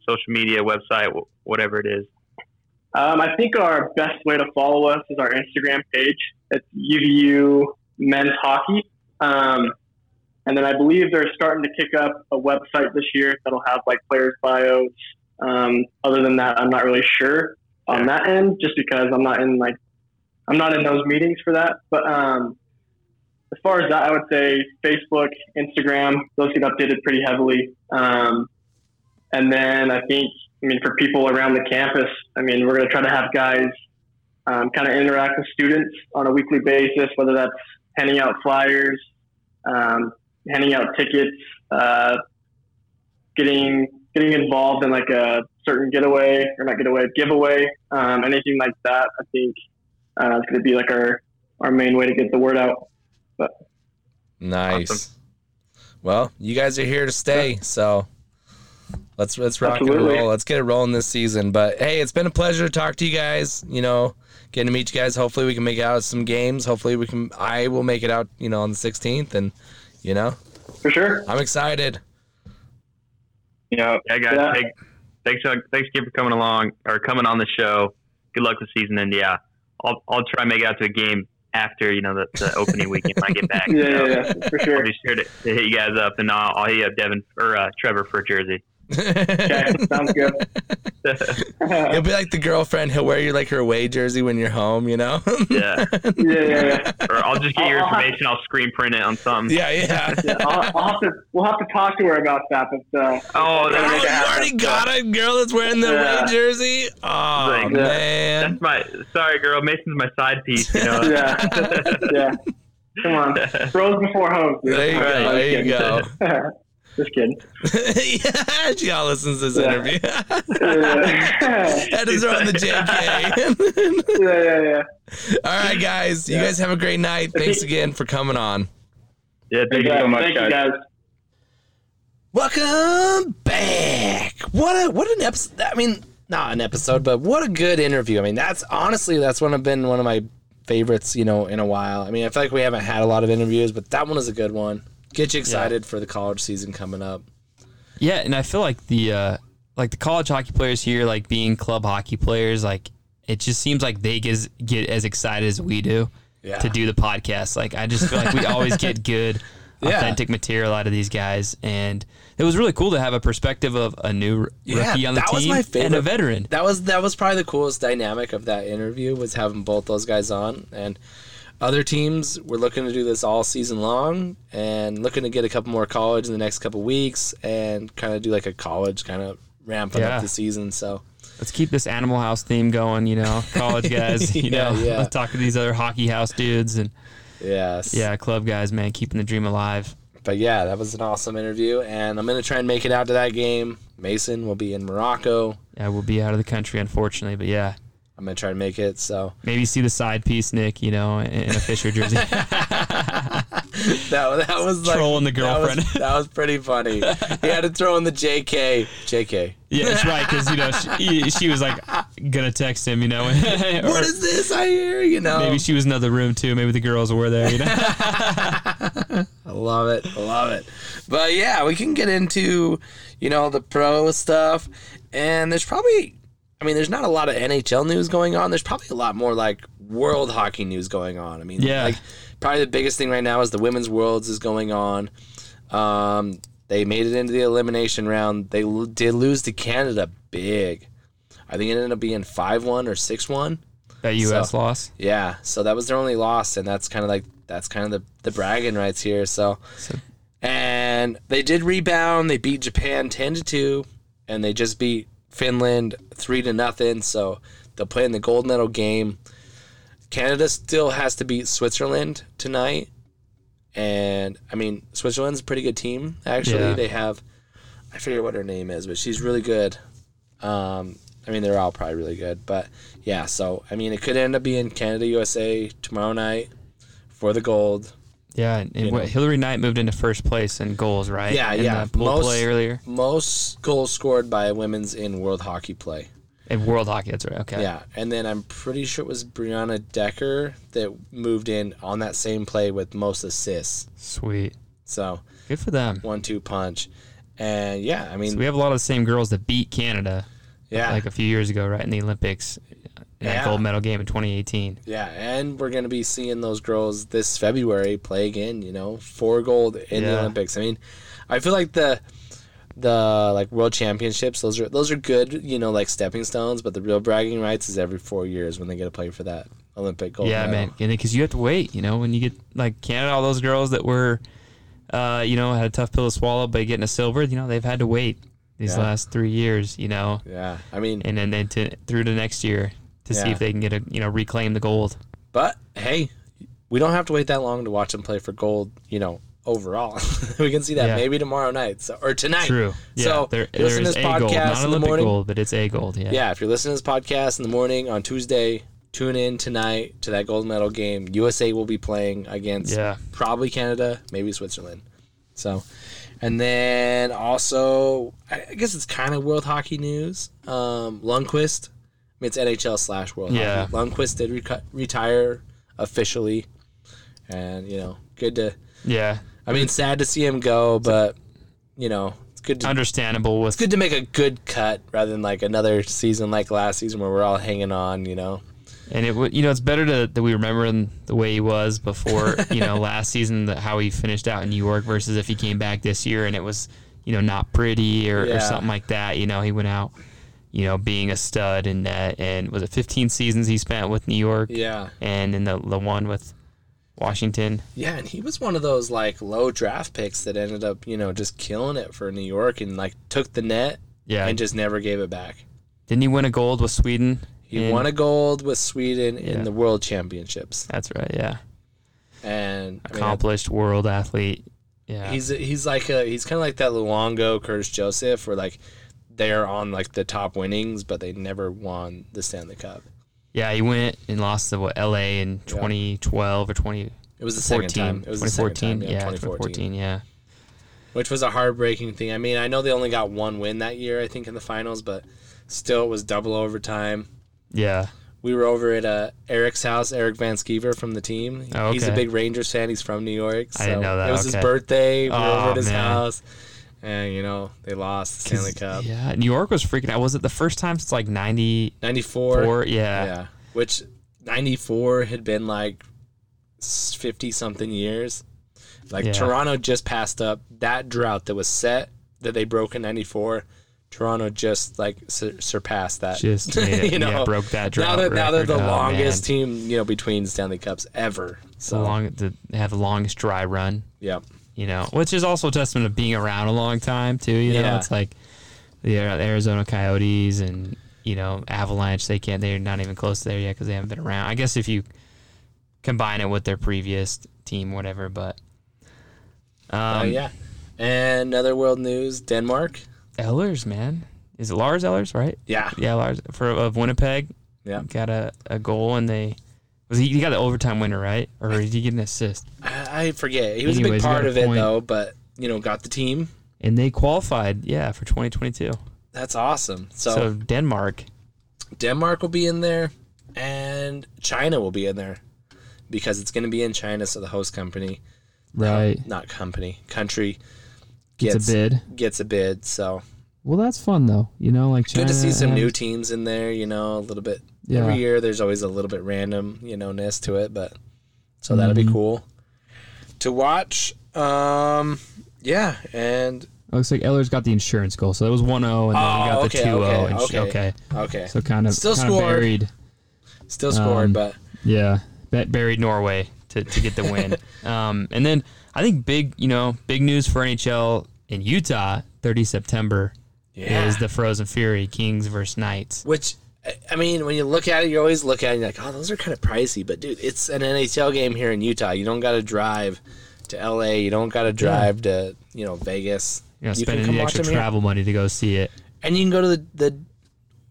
Speaker 3: social media, website, wh- whatever it is?
Speaker 4: um, I think our best way to follow us is our Instagram page. It's UVU Men's Hockey. Um, and then I believe they're starting to kick up a website this year that'll have like players' bios. Um, other than that, I'm not really sure on that end, just because I'm not in like I'm not in those meetings for that. But um, as far as that, I would say Facebook, Instagram, those get updated pretty heavily. Um, and then I think, I mean, for people around the campus, I mean, we're going to try to have guys um, kind of interact with students on a weekly basis, whether that's handing out flyers, um, handing out tickets, uh, getting getting involved in like a certain getaway or not getaway giveaway, um, anything like that. I think uh, it's going to be like our our main way to get the word out.
Speaker 1: Nice. Well, you guys are here to stay, so let's let's rock
Speaker 4: Absolutely.
Speaker 1: and roll. Let's get it rolling this season. But hey, it's been a pleasure to talk to you guys. You know, getting to meet you guys. Hopefully, we can make it out to some games. Hopefully, we can. I will make it out. You know, on the 16th, and you know,
Speaker 4: For sure.
Speaker 1: I'm excited.
Speaker 5: Yeah,
Speaker 3: Yeah, guys,
Speaker 4: Yeah.
Speaker 3: Thanks, thanks, Doug. thanks again for coming along or coming on the show. Good luck this season, and yeah, I'll I'll try and make it out to a game after you know the, the opening weekend when I get
Speaker 4: <laughs>
Speaker 3: back.
Speaker 4: Yeah,
Speaker 3: so.
Speaker 4: yeah, yeah, for
Speaker 3: I'll <laughs>
Speaker 4: sure.
Speaker 3: be sure to, to hit you guys up, and I'll, I'll hit you up, Devin or uh, Trevor for a jersey. <laughs>
Speaker 4: Okay, sounds good. <laughs>
Speaker 1: <laughs>
Speaker 4: yeah,
Speaker 1: You'll be like the girlfriend. He'll wear you like her away jersey when you're home. You know. <laughs>
Speaker 3: yeah,
Speaker 4: yeah, yeah.
Speaker 3: or I'll just get your
Speaker 4: I'll- I'll have-
Speaker 3: information. I'll screen print it on something.
Speaker 1: yeah, yeah.
Speaker 4: <laughs> yeah I'll, I'll have to, we'll have to talk to her about that. But uh,
Speaker 3: Oh,
Speaker 4: Yeah,
Speaker 1: Oh, <laughs>
Speaker 3: that's,
Speaker 1: you
Speaker 4: yeah.
Speaker 1: already got a girl that's wearing the
Speaker 4: Yeah.
Speaker 1: away jersey. Oh
Speaker 3: Like,
Speaker 4: yeah.
Speaker 1: man.
Speaker 3: that's my sorry, girl. Mason's my side piece. You know.
Speaker 4: <laughs> yeah, yeah. Come on, bros before hoes. dude.
Speaker 1: There you go.
Speaker 3: Right,
Speaker 1: There you go.
Speaker 4: Just kidding.
Speaker 1: yeah, <laughs> she all listens to this
Speaker 4: Yeah.
Speaker 1: interview. <laughs>
Speaker 4: yeah, <laughs>
Speaker 1: Had to throw in the JK.
Speaker 4: yeah, yeah, yeah.
Speaker 1: <laughs> all right, guys. You
Speaker 4: Yeah.
Speaker 1: guys have a great night. Thanks again for coming on.
Speaker 3: <laughs> yeah, thank you.
Speaker 5: so much,
Speaker 4: Thank you
Speaker 5: guys.
Speaker 4: guys.
Speaker 1: Welcome back. What a what an episode. I mean, not an episode, but what a good interview. I mean, that's honestly that's one of been one of my favorites, you know, in a while. I mean, I feel like we haven't had a lot of interviews, but that one is a good one. Get you excited for the college season coming up.
Speaker 2: Yeah, and I feel like the uh, like the college hockey players here, like being club hockey players, like it just seems like they get as, get as excited as we do
Speaker 1: Yeah.
Speaker 2: to do the podcast. Like I just feel
Speaker 1: <laughs>
Speaker 2: like we always get good,
Speaker 1: Yeah.
Speaker 2: authentic material out of these guys, and it was really cool to have a perspective of a new r-
Speaker 1: Yeah,
Speaker 2: rookie on the
Speaker 1: that was
Speaker 2: team
Speaker 1: my
Speaker 2: and a
Speaker 1: favorite-
Speaker 2: veteran.
Speaker 1: That was that was probably the coolest dynamic of that interview was having both those guys on and other teams were looking to do this all season long and looking to get a couple more college in the next couple weeks and kind of do like a college kind of ramping
Speaker 2: Yeah.
Speaker 1: up the season. So
Speaker 2: Let's keep this Animal House theme going. You know, college guys. You
Speaker 1: <laughs> Yeah,
Speaker 2: know,
Speaker 1: yeah.
Speaker 2: let's talk to these other hockey house dudes and
Speaker 1: yes,
Speaker 2: yeah, club guys, man, keeping the dream alive.
Speaker 1: But yeah, that was an awesome interview, and I'm gonna try and make it out to that game. Mason will be in Morocco.
Speaker 2: Yeah, we'll be out of the country unfortunately, but yeah.
Speaker 1: I'm gonna try and make it. So
Speaker 2: Maybe see the side piece, Nick, you know, in a
Speaker 1: <laughs>
Speaker 2: Fisher jersey.
Speaker 1: that that was like
Speaker 2: <laughs> Trolling the
Speaker 1: that was-
Speaker 2: girlfriend. <laughs>
Speaker 1: That was, pretty funny. he had to throw in the JK, JK.
Speaker 2: yeah, that's right, because, you know, she, she was like, gonna text him, you
Speaker 1: <laughs>
Speaker 2: know. <laughs>
Speaker 1: What
Speaker 2: or
Speaker 1: is this I hear? You know,
Speaker 2: maybe she was in another room, too. Maybe the girls were there, you know.
Speaker 1: I love it. I love it. But yeah, we can get into, you know, the pro stuff. And there's probably, I mean, there's not a lot of NHL news going on. There's probably a lot more like world hockey news going on. I mean,
Speaker 2: Yeah.
Speaker 1: like, probably the biggest thing right now is the women's worlds is going on. Um, They made it into the elimination round. They l- did lose to Canada big. I think it ended up being 5 1 or 6 1.
Speaker 2: That U.S. loss.
Speaker 1: Yeah, so that was their only loss, and that's kind of like that's kind of the, the bragging rights here. So,
Speaker 2: So-
Speaker 1: and they did rebound. They beat Japan ten to two, and they just beat Finland three to nothing. So they'll play in the gold medal game. Canada still has to beat Switzerland tonight, and I mean Switzerland's a pretty good team actually.
Speaker 2: Yeah.
Speaker 1: They have I forget what her name is, but she's really good. Um, I mean they're all probably really good, but yeah. So I mean it could end up being Canada USA tomorrow night for the gold.
Speaker 2: Yeah, and, and
Speaker 1: You
Speaker 2: what,
Speaker 1: know.
Speaker 2: Hillary Knight moved into first place in goals, right?
Speaker 1: Yeah,
Speaker 2: in
Speaker 1: yeah.
Speaker 2: The pool
Speaker 1: Most-
Speaker 2: play earlier
Speaker 1: most goals scored by women's in world hockey play.
Speaker 2: in World Hockey. That's right. Okay.
Speaker 1: Yeah, and then I'm pretty sure it was Brianna Decker that moved in on that same play with most assists.
Speaker 2: Sweet.
Speaker 1: So
Speaker 2: Good for them.
Speaker 1: one-two punch, and yeah, I mean,
Speaker 2: So we have a lot of the same girls that beat Canada
Speaker 1: yeah,
Speaker 2: like a few years ago, right in the Olympics, in
Speaker 1: Yeah.
Speaker 2: that gold medal game in 2018.
Speaker 1: yeah, and we're gonna be seeing those girls this February play again. You know, four gold in the
Speaker 2: Yeah.
Speaker 1: Olympics. I mean, I feel like the the like world championships those are those are good you know like stepping stones but the real bragging rights is every four years when they get to play for that olympic gold
Speaker 2: yeah,
Speaker 1: medal.
Speaker 2: man. Because you have to wait, you know, when you get like Canada, all those girls that were, uh, you know, had a tough pill to swallow by getting a silver, you know, they've had to wait these
Speaker 1: Yeah.
Speaker 2: last three years, you know,
Speaker 1: yeah i mean
Speaker 2: and then they t- through to next year to see
Speaker 1: Yeah.
Speaker 2: if they can get a, you know, reclaim the gold.
Speaker 1: But hey, we don't have to wait that long to watch them play for gold, you know, overall. <laughs> we can see that
Speaker 2: Yeah.
Speaker 1: maybe tomorrow night so, or tonight.
Speaker 2: True. Yeah.
Speaker 1: So,
Speaker 2: there,
Speaker 1: you listen
Speaker 2: there
Speaker 1: to this
Speaker 2: is a gold,
Speaker 1: podcast in
Speaker 2: not
Speaker 1: the
Speaker 2: Olympic
Speaker 1: morning?
Speaker 2: gold, but it's a gold. Yeah.
Speaker 1: Yeah, if you're listening to this podcast in the morning on Tuesday, tune in tonight to that gold medal game. USA will be playing against
Speaker 2: Yeah.
Speaker 1: probably Canada, maybe Switzerland. So, and then also, I I guess it's kind of world hockey news. Um, Lundqvist, I mean, it's NHL slash world
Speaker 2: Yeah.
Speaker 1: hockey. Lundqvist did recu- retire officially, and you know, good to.
Speaker 2: Yeah.
Speaker 1: I mean, sad to see him go, but you know, it's good to
Speaker 2: Understandable with
Speaker 1: it's good to make a good cut rather than like another season like last season where we're all hanging on. You know,
Speaker 2: And it would, you know, it's better to, that we remember him the way he
Speaker 1: <laughs>
Speaker 2: was before, you know, last season, the, how he finished out in New York versus if he came back this year and it was, you know, not pretty or,
Speaker 1: Yeah.
Speaker 2: or something like that. You know, he went out, you know, being a stud in that. And was it 15 seasons he spent with New York
Speaker 1: yeah,
Speaker 2: and then the, the one with Washington?
Speaker 1: yeah. And he was one of those like low draft picks that ended up you know just killing it for New York and like took the net
Speaker 2: Yeah.
Speaker 1: and just never gave it back.
Speaker 2: Didn't he win a gold with Sweden?
Speaker 1: He
Speaker 2: in-
Speaker 1: won a gold with Sweden
Speaker 2: Mm. Yeah.
Speaker 1: in the World Championships,
Speaker 2: That's right. Yeah.
Speaker 1: and I mean,
Speaker 2: Accomplished world athlete. Yeah.
Speaker 1: he's he's like a, he's kind of like that Luongo Curtis Joseph, where like they're on like the top winnings, but they never won the Stanley Cup.
Speaker 2: yeah. He went and lost to what, LA in 2012 or 20.
Speaker 1: It was the second
Speaker 2: 14,
Speaker 1: time. It was the second
Speaker 2: 2014,
Speaker 1: time,
Speaker 2: yeah, 2014, yeah.
Speaker 1: which was a heartbreaking thing. I mean, I know they only got one win that year, I think, in the finals, but still, it was double overtime.
Speaker 2: Yeah.
Speaker 1: We were over at uh, Eric's house, Eric Van Skeever from the team.
Speaker 2: Oh,
Speaker 1: He's a
Speaker 2: okay.
Speaker 1: big Rangers fan. He's from New York. So
Speaker 2: I didn't know that,
Speaker 1: It was his
Speaker 2: okay.
Speaker 1: birthday. We were
Speaker 2: Aw,
Speaker 1: over at his
Speaker 2: man.
Speaker 1: house. And, you know, they lost the Stanley Cup.
Speaker 2: Yeah, New York was freaking out. Was it the first time since like 94?
Speaker 1: 94.
Speaker 2: yeah.
Speaker 1: Yeah. Which 94 had been like 50 something years. Like
Speaker 2: Yeah.
Speaker 1: Toronto just passed up that drought that was set that they broke in 94. Toronto just like sur- surpassed that. <laughs>
Speaker 2: Just made it,
Speaker 1: You know,
Speaker 2: yeah, broke that drought.
Speaker 1: now that now they're the
Speaker 2: record. Oh,
Speaker 1: longest
Speaker 2: man.
Speaker 1: team, you know, between Stanley Cups ever. So
Speaker 2: The long, the, they have the longest dry run,
Speaker 1: yeah.
Speaker 2: you know, which is also a testament of being around a long time, too. You know,
Speaker 1: Yeah.
Speaker 2: it's like the Ar- Arizona Coyotes and, you know, Avalanche, they can't, they're not even close to there yet because they haven't been around. I guess if you combine it with their previous team, whatever, but. Um,
Speaker 1: Oh yeah. And other world news, Denmark.
Speaker 2: Ellers, man. Is it Lars Ellers, right?
Speaker 1: Yeah.
Speaker 2: Yeah, Lars for of Winnipeg.
Speaker 1: Yeah.
Speaker 2: Got a, a goal and they was he, he got the overtime winner, right? Or did he get an assist?
Speaker 1: I, I forget. He was a big
Speaker 2: Anyways, you got
Speaker 1: part
Speaker 2: a
Speaker 1: of it
Speaker 2: point.
Speaker 1: though, but you know, got the team.
Speaker 2: And they qualified, yeah, for 2022.
Speaker 1: That's awesome.
Speaker 2: So, Denmark,
Speaker 1: Denmark will be in there, and China will be in there because it's going to be in China. So the host company,
Speaker 2: right,
Speaker 1: not company, country
Speaker 2: gets,
Speaker 1: gets
Speaker 2: a bid.
Speaker 1: gets a bid. So
Speaker 2: Well, that's fun though. You know, like China
Speaker 1: good to see some
Speaker 2: has-
Speaker 1: new teams in there. You know, a little bit
Speaker 2: Uh, Yeah.
Speaker 1: every year. There's always a little bit random, you know, ness to it, but
Speaker 2: Mm-hmm.
Speaker 1: so that'll be cool to watch. Um, yeah, and
Speaker 2: Looks like Eller's got the insurance goal, so that was 1-0, and then he got
Speaker 1: Oh,
Speaker 2: the
Speaker 1: okay,
Speaker 2: 2-0.
Speaker 1: okay,
Speaker 2: and sh-
Speaker 1: okay.
Speaker 2: okay.
Speaker 1: Okay.
Speaker 2: So kind of
Speaker 1: Still
Speaker 2: kind of
Speaker 1: scored.
Speaker 2: buried.
Speaker 1: Still scored,
Speaker 2: Um,
Speaker 1: but
Speaker 2: Yeah, bet buried Norway to, to get
Speaker 1: <laughs>
Speaker 2: the win. um, and then I think big, you know, big news for NHL in Utah, 30 September
Speaker 1: yeah.
Speaker 2: is the Frozen Fury Kings versus Knights.
Speaker 1: Which, I- I mean, when you look at it, you always look at it and you're like, oh, those are kind of pricey. But, dude, it's an NHL game here in Utah. You don't got to drive to LA. You don't got to drive to, you know, Vegas.
Speaker 2: You know,
Speaker 1: You can
Speaker 2: spending
Speaker 1: come
Speaker 2: the
Speaker 1: watch
Speaker 2: extra
Speaker 1: them here.
Speaker 2: travel money to go see it.
Speaker 1: And you can go to the, the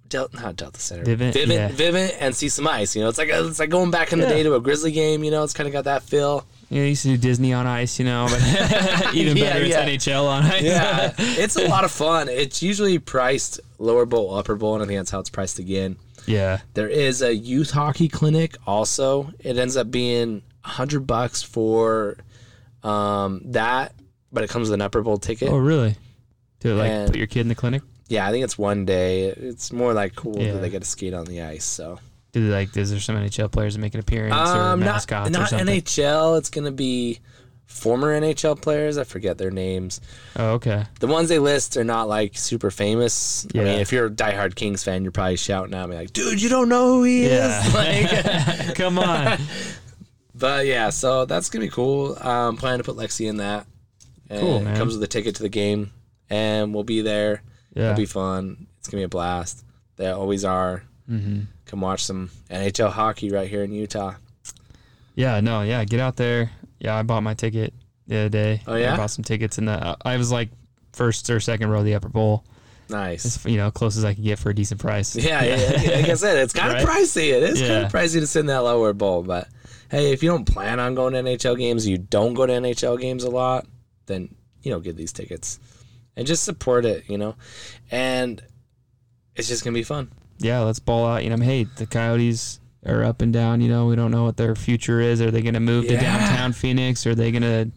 Speaker 1: Del, not Delta Center,
Speaker 2: Vivint,
Speaker 1: Vivint,
Speaker 2: yeah.
Speaker 1: Vivint and see some ice. You know, it's like it's like going back in the
Speaker 2: Yeah.
Speaker 1: day to a Grizzly game. You know, it's kind of got that feel.
Speaker 2: You know, you used to do Disney on ice, you know,
Speaker 1: <laughs>
Speaker 2: but <laughs> even
Speaker 1: Yeah,
Speaker 2: better, it's
Speaker 1: yeah.
Speaker 2: NHL on ice.
Speaker 1: Yeah, it's a lot of fun. It's usually priced lower bowl, upper bowl, and I think that's how it's priced again.
Speaker 2: <laughs> yeah.
Speaker 1: There is a youth hockey clinic also. It ends up being a hundred bucks for um, that, but it comes with an upper bowl ticket.
Speaker 2: Oh, really? To like
Speaker 1: And-
Speaker 2: put your kid in the clinic?
Speaker 1: Yeah, I think it's one day. It's more like cool
Speaker 2: Yeah.
Speaker 1: that they get to skate on the ice. So
Speaker 2: Do they, like, is there some NHL players that make an appearance
Speaker 1: um,
Speaker 2: or
Speaker 1: not
Speaker 2: mascots or
Speaker 1: not
Speaker 2: something?
Speaker 1: NHL. It's gonna be former NHL players. I forget their names.
Speaker 2: oh, okay.
Speaker 1: The ones they list are not like super famous. I
Speaker 2: Yeah.
Speaker 1: mean, if you're a diehard Kings fan, you're probably shouting at me like, "Dude, you don't know who he is!" <laughs>
Speaker 2: <laughs>
Speaker 1: Like,
Speaker 2: Yeah. Come on.
Speaker 1: But yeah, so that's gonna be cool. I'm planning to put Lexi in that. And
Speaker 2: Cool, man.
Speaker 1: It comes with a ticket to the game, and we'll be there.
Speaker 2: Yeah.
Speaker 1: It'll be fun. It's gonna be a blast. They always are.
Speaker 2: mm-hmm.
Speaker 1: Come watch some NHL hockey right here in Utah.
Speaker 2: Yeah, no, yeah, get out there. Yeah, I bought my ticket the other day.
Speaker 1: Oh, yeah?
Speaker 2: I bought some tickets in the. I was like first or second row of the upper bowl.
Speaker 1: Nice.
Speaker 2: It's you know close as I can get for a decent
Speaker 1: <laughs>
Speaker 2: price.
Speaker 1: Yeah, yeah, yeah,
Speaker 2: <laughs>
Speaker 1: like I said, it's kind of
Speaker 2: Right?
Speaker 1: pricey. It is kind
Speaker 2: Yeah.
Speaker 1: of pricey to sit in that lower bowl, but hey, if you don't plan on going to NHL games, you don't go to NHL games a lot, then you know get these tickets and just support it. You know, and it's just gonna be fun.
Speaker 2: yeah, let's ball out. You know, hey, the Coyotes are up and down. You know, we don't know what their future is. Are they going to move to
Speaker 1: Yeah.
Speaker 2: downtown Phoenix? Are they going to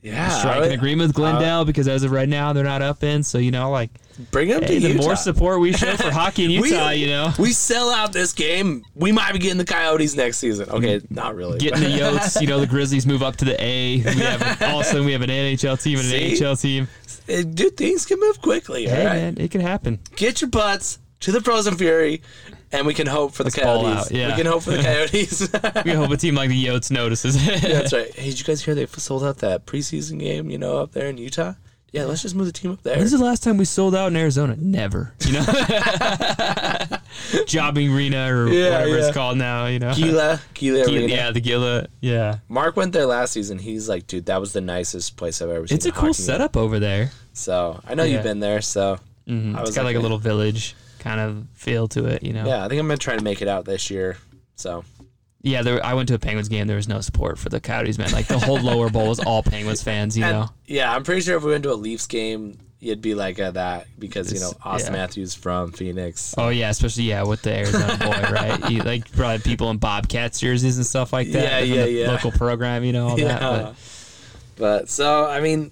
Speaker 1: Yeah,
Speaker 2: strike an
Speaker 1: I-
Speaker 2: agreement with Glendale? because as of right now, they're not up in. So you know, like
Speaker 1: Bring them to
Speaker 2: hey, the
Speaker 1: Utah.
Speaker 2: more support we show
Speaker 1: <laughs>
Speaker 2: for hockey in
Speaker 1: We-
Speaker 2: Utah, you know,
Speaker 1: we sell out this game. We might be getting the Coyotes next season. Okay, not really.
Speaker 2: Mm-hmm.
Speaker 1: <laughs>
Speaker 2: getting the Yotes. You know, the Grizzlies move up to the A. We have all of a sudden we have an NHL team and
Speaker 1: See?
Speaker 2: an NHL team.
Speaker 1: Uh, dude, things can move quickly.
Speaker 2: Hey
Speaker 1: all right,
Speaker 2: man, it can happen.
Speaker 1: get your butts to the Frozen Fury, and we can hope for the
Speaker 2: ball
Speaker 1: Coyotes.
Speaker 2: out, yeah.
Speaker 1: We can hope
Speaker 2: <laughs>
Speaker 1: for the Coyotes. <laughs>
Speaker 2: We hope a team like the Yotes notices.
Speaker 1: That's right. Hey, did you guys hear they sold out that preseason game? You know, up there in Utah. Yeah, let's just move the team up there.
Speaker 2: <laughs> When's the last time we sold out in Arizona? Never.
Speaker 1: <laughs>
Speaker 2: You know, jobbing arena or
Speaker 1: Yeah,
Speaker 2: whatever
Speaker 1: yeah.
Speaker 2: it's called now. You know,
Speaker 1: Gila, Gila
Speaker 2: Gila-
Speaker 1: Arena.
Speaker 2: yeah, the Gila. Yeah,
Speaker 1: Mark went there last season. He's like, dude, that was the nicest place I've ever seen.
Speaker 2: it's a cool
Speaker 1: hockey game."
Speaker 2: setup over there.
Speaker 1: So I know
Speaker 2: Yeah.
Speaker 1: you've been there. So
Speaker 2: Mhm.
Speaker 1: I
Speaker 2: It's
Speaker 1: was
Speaker 2: got like a
Speaker 1: like-
Speaker 2: little village kind of feel to it. You know,
Speaker 1: yeah, I think I'm gonna try to make it out this year. So
Speaker 2: Yeah, there, I went to a Penguins game. There was no support for the Coyotes, man. Like the whole lower bowl was all Penguins fans. You
Speaker 1: And-
Speaker 2: know,
Speaker 1: yeah, I'm pretty sure if we went to a Leafs game, you'd be like uh, that because you know
Speaker 2: It's-
Speaker 1: Austin
Speaker 2: yeah.
Speaker 1: Matthews from Phoenix.
Speaker 2: oh yeah, especially yeah with the Arizona boy, right? You, like probably people in Bobcats jerseys and stuff like that.
Speaker 1: Yeah,
Speaker 2: from
Speaker 1: yeah,
Speaker 2: the
Speaker 1: yeah.
Speaker 2: Local program, you know, all that. But
Speaker 1: But so I mean,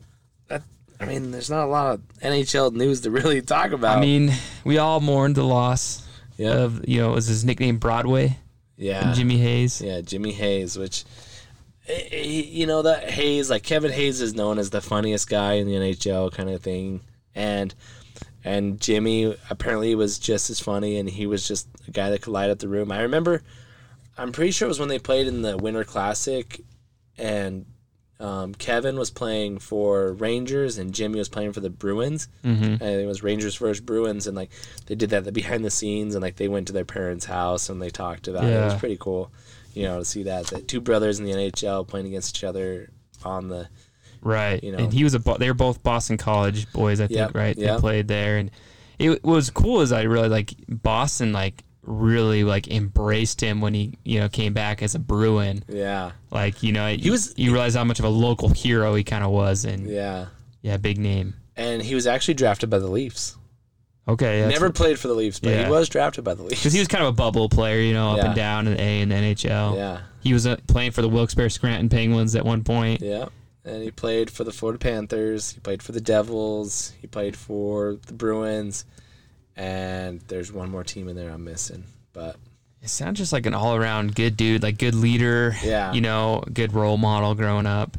Speaker 1: that, I mean, there's not a lot of NHL news to really talk about.
Speaker 2: I mean, we all mourned the loss
Speaker 1: yeah,
Speaker 2: of you know, was his nickname Broadway,
Speaker 1: yeah,
Speaker 2: Jimmy Hayes.
Speaker 1: yeah, Jimmy Hayes, which. eh, eh, You know that Hayes, like Kevin Hayes, is known as the funniest guy in the NHL, kind of thing, and and Jimmy apparently was just as funny, and he was just a guy that could light up the room. I remember, I'm pretty sure it was when they played in the Winter Classic, and um, Kevin was playing for Rangers, and Jimmy was playing for the Bruins. and
Speaker 2: Mm-hmm.
Speaker 1: it was Rangers versus Bruins, and like they did that the behind the scenes, and like they went to their parents' house and they talked about it. It was
Speaker 2: Yeah.
Speaker 1: pretty cool, you know, to see that that two brothers in the NHL playing against each other on the
Speaker 2: Right.
Speaker 1: You know.
Speaker 2: And he was a bo- they were both Boston College boys, I think,
Speaker 1: Yep,
Speaker 2: right?
Speaker 1: yep.
Speaker 2: They played there and it what was cool is I really like Boston like really like embraced him when he, you know, came back as a Bruin.
Speaker 1: yeah
Speaker 2: Like, you know, he
Speaker 1: was-
Speaker 2: you realize how much of a local hero he kind of was and yeah.
Speaker 1: yeah,
Speaker 2: big name.
Speaker 1: and he was actually drafted by the Leafs.
Speaker 2: Okay. that's-
Speaker 1: Never played for the Leafs, but
Speaker 2: Yeah.
Speaker 1: he was drafted by the Leafs.
Speaker 2: Cause he was kind of a bubble player, you know, up
Speaker 1: Yeah.
Speaker 2: and down in the A and the
Speaker 1: <laughs>
Speaker 2: NHL.
Speaker 1: Yeah,
Speaker 2: He was uh, playing for the Wilkes-Barre Scranton Penguins at one point.
Speaker 1: yeah. And he played for the Florida Panthers. He played for the Devils. He played for the Bruins. And there's one more team in there I'm missing. But
Speaker 2: It sounds just like an all around good dude, like good leader.
Speaker 1: Yeah.
Speaker 2: You know, good role model growing up.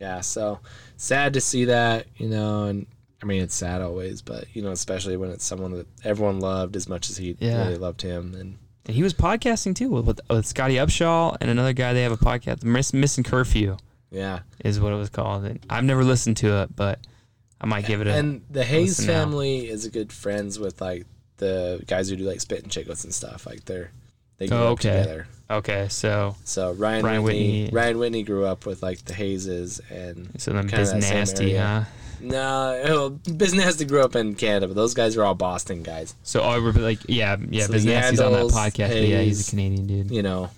Speaker 1: yeah so sad to see that you know and i I mean, it's sad always, but you know, especially when it's someone that everyone loved as much as he
Speaker 2: Yeah.
Speaker 1: really loved him, and
Speaker 2: And he was podcasting too with, with, with Scotty Upshaw and another guy. They have a podcast, Miss, Missing Curfew
Speaker 1: yeah.
Speaker 2: is what it was called. And I've never listened to it, but I might give it a.
Speaker 1: And the Hayes
Speaker 2: listen now.
Speaker 1: family is a good friends with like the guys who do like spit and chicklets and stuff. Like they're they grew
Speaker 2: Oh,
Speaker 1: up
Speaker 2: okay.
Speaker 1: together.
Speaker 2: okay, so
Speaker 1: So Ryan,
Speaker 2: Ryan
Speaker 1: Whitney,
Speaker 2: Whitney.
Speaker 1: Ryan Whitney grew up with like the Hayeses and
Speaker 2: so then
Speaker 1: Kinda
Speaker 2: Biz
Speaker 1: that same
Speaker 2: Nasty, huh?
Speaker 1: area. no, <laughs> well, Biz Nasty grew up in Canada, but those guys are all Boston guys.
Speaker 2: So I would be like, yeah, yeah,
Speaker 1: So
Speaker 2: Biz
Speaker 1: the
Speaker 2: Nasty's on that
Speaker 1: Yandles,
Speaker 2: podcast. but yeah, he's
Speaker 1: Hayes.
Speaker 2: a Canadian dude.
Speaker 1: you know,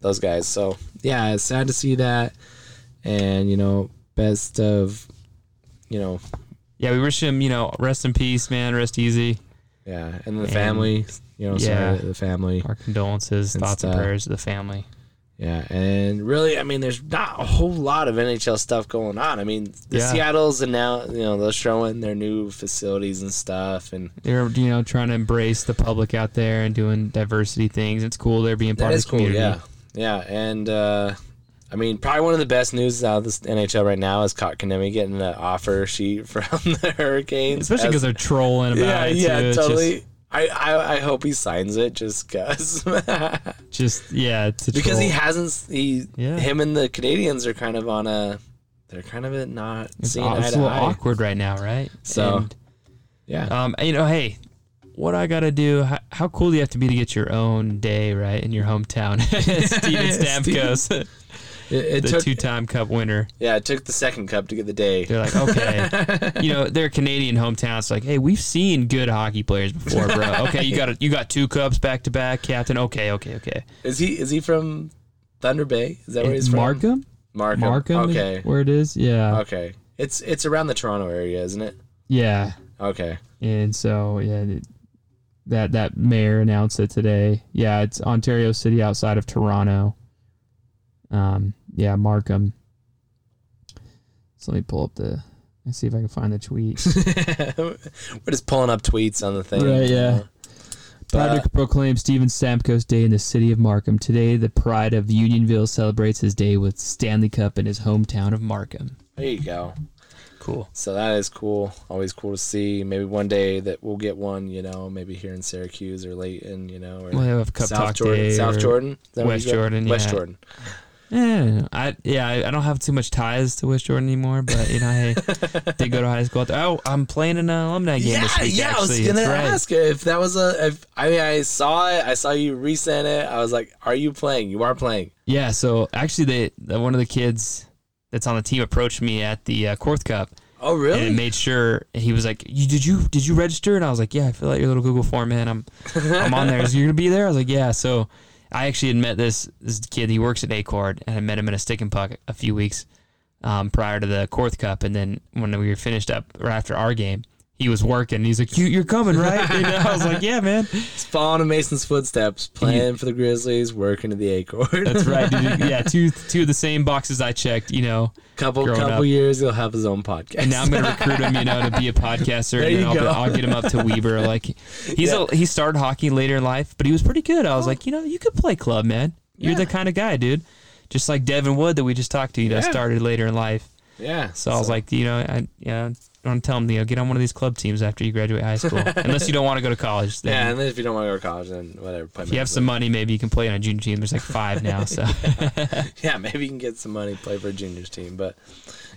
Speaker 1: those guys. So yeah, it's sad to see that. And you know, best of, you know,
Speaker 2: Yeah, we wish him, you know, rest in peace, man. Rest easy.
Speaker 1: yeah, and the
Speaker 2: And-
Speaker 1: family. You know,
Speaker 2: yeah.
Speaker 1: sorry, to the family.
Speaker 2: Our condolences,
Speaker 1: And
Speaker 2: thoughts, and
Speaker 1: stuff.
Speaker 2: prayers to the family.
Speaker 1: Yeah, and really, I mean, there's not a whole lot of NHL stuff going on. I mean, the
Speaker 2: Yeah.
Speaker 1: Seattle's and now you know they're showing their new facilities and stuff, and
Speaker 2: They're, you know, trying to embrace the public out there and doing diversity things. It's cool. They're being part
Speaker 1: that
Speaker 2: of
Speaker 1: is
Speaker 2: the
Speaker 1: cool.
Speaker 2: community.
Speaker 1: Yeah, yeah, and uh, I mean, probably one of the best news out of this NHL right now is Kotkaniemi getting the offer sheet <laughs> from the Hurricanes,
Speaker 2: Especially
Speaker 1: as
Speaker 2: because they're trolling about
Speaker 1: yeah,
Speaker 2: it. too.
Speaker 1: yeah,
Speaker 2: It's just-
Speaker 1: totally. I, I, I hope he signs it just cause <laughs>
Speaker 2: Just, yeah, to
Speaker 1: because he
Speaker 2: troll.
Speaker 1: hasn't he
Speaker 2: Yeah.
Speaker 1: him and the Canadians are kind of on a they're kind of at not
Speaker 2: It's,
Speaker 1: seeing
Speaker 2: aw-
Speaker 1: eye
Speaker 2: it's a
Speaker 1: to
Speaker 2: little
Speaker 1: eye.
Speaker 2: awkward right now, right?
Speaker 1: So,
Speaker 2: And,
Speaker 1: Yeah,
Speaker 2: um, you know, hey, what I gotta do? How, how cool do you have to be to get your own day right in
Speaker 1: <laughs>
Speaker 2: your hometown? <laughs> Steven Stamkos, <laughs>
Speaker 1: it, it
Speaker 2: the
Speaker 1: took
Speaker 2: two-time Cup winner.
Speaker 1: yeah it took the second cup to get the day.
Speaker 2: They're
Speaker 1: <laughs>
Speaker 2: like, okay, you know, they're Canadian hometown. It's like, hey, we've seen good hockey players before,
Speaker 1: <laughs>
Speaker 2: bro. Okay, you got you got two cups back to back, captain. Okay, okay, okay.
Speaker 1: Is he is he from Thunder Bay? Is that where he's from?
Speaker 2: Markham,
Speaker 1: Markham.
Speaker 2: Markham, is
Speaker 1: Okay. Uh,
Speaker 2: where it is? Yeah,
Speaker 1: Okay. It's it's around the Toronto area, isn't
Speaker 2: <laughs>
Speaker 1: it?
Speaker 2: yeah.
Speaker 1: Okay. <laughs>
Speaker 2: and so yeah th- that that mayor announced it today yeah it's ontario city outside of toronto um yeah markham so let me pull up the and see if i can find
Speaker 1: <laughs>
Speaker 2: the tweet
Speaker 1: We're just pulling up tweets on the thing.
Speaker 2: Right, yeah.
Speaker 1: But-
Speaker 2: Project proclaims Steven Stamkos Day in the city of Markham. Today, the pride of Unionville celebrates his day with Stanley Cup in his hometown of Markham.
Speaker 1: There you go.
Speaker 2: Cool.
Speaker 1: So that is cool. Always cool to see. Maybe one day that we'll get one, you know, maybe here in Syracuse or Layton, you know, or
Speaker 2: We'll have Cup
Speaker 1: South
Speaker 2: Talk
Speaker 1: Jordan.
Speaker 2: Day
Speaker 1: South
Speaker 2: or-
Speaker 1: Jordan? Is that what
Speaker 2: West
Speaker 1: you got?
Speaker 2: Jordan,
Speaker 1: West
Speaker 2: yeah.
Speaker 1: Jordan.
Speaker 2: <laughs>
Speaker 1: <laughs>
Speaker 2: Yeah, Eh, I yeah, I, I don't have too much ties to West Jordan anymore, but you know, hey, did go to high school. out there. Oh, I'm playing in an alumni game
Speaker 1: Yeah,
Speaker 2: this week.
Speaker 1: yeah. I was
Speaker 2: actually,
Speaker 1: gonna
Speaker 2: That's right.
Speaker 1: ask if that was a. If, I mean, I saw it. I saw you resend it. I was like, "Are you playing? You are playing."
Speaker 2: Yeah, so actually, they the, one of the kids that's on the team approached me at the uh, Corth Cup
Speaker 1: Oh, really?
Speaker 2: and made sure and he was like, "You did you did you register?" And I was like, "Yeah, I fill out your little Google form,
Speaker 1: <laughs>
Speaker 2: man. I'm I'm on there. Is you gonna be there?" I was like, "Yeah." So I actually had met this this kid. He works at Acord, and I met him at a stick and puck a few weeks um, prior to the Corth Cup. And then when we were finished up or after our game, he was working. He's like, you, "You're coming, right?" <laughs> And I was like, "Yeah, man."
Speaker 1: It's following in Mason's footsteps, playing for the Grizzlies, working to the Acord.
Speaker 2: That's <laughs> right. Dude. Yeah, two two of the same boxes I checked. You know,
Speaker 1: <laughs> couple
Speaker 2: Growing
Speaker 1: couple
Speaker 2: up.
Speaker 1: years, he'll have his own podcast.
Speaker 2: and now I'm gonna recruit him, you know, to be a podcaster, and
Speaker 1: you
Speaker 2: then I'll,
Speaker 1: go.
Speaker 2: I'll get him up to Weber. Like he's a, he started hockey later in life, but he was pretty good. I was like, you know, you could play club, man. You're the kind of guy, dude. Just like Devin Wood that we just talked to, you know,
Speaker 1: Yeah.
Speaker 2: started later in life.
Speaker 1: <laughs> yeah.
Speaker 2: So, I was like, you know, I yeah, I want to tell him, you know, get on one of these club teams after you graduate
Speaker 1: <laughs>
Speaker 2: high school, unless you don't want to go to college. Then
Speaker 1: yeah, and then if you don't want to go to college, then whatever. Play
Speaker 2: if you have some money, maybe you can play on a junior team. There's like five now, so
Speaker 1: <laughs> yeah, maybe you can get some money, play for a juniors team. But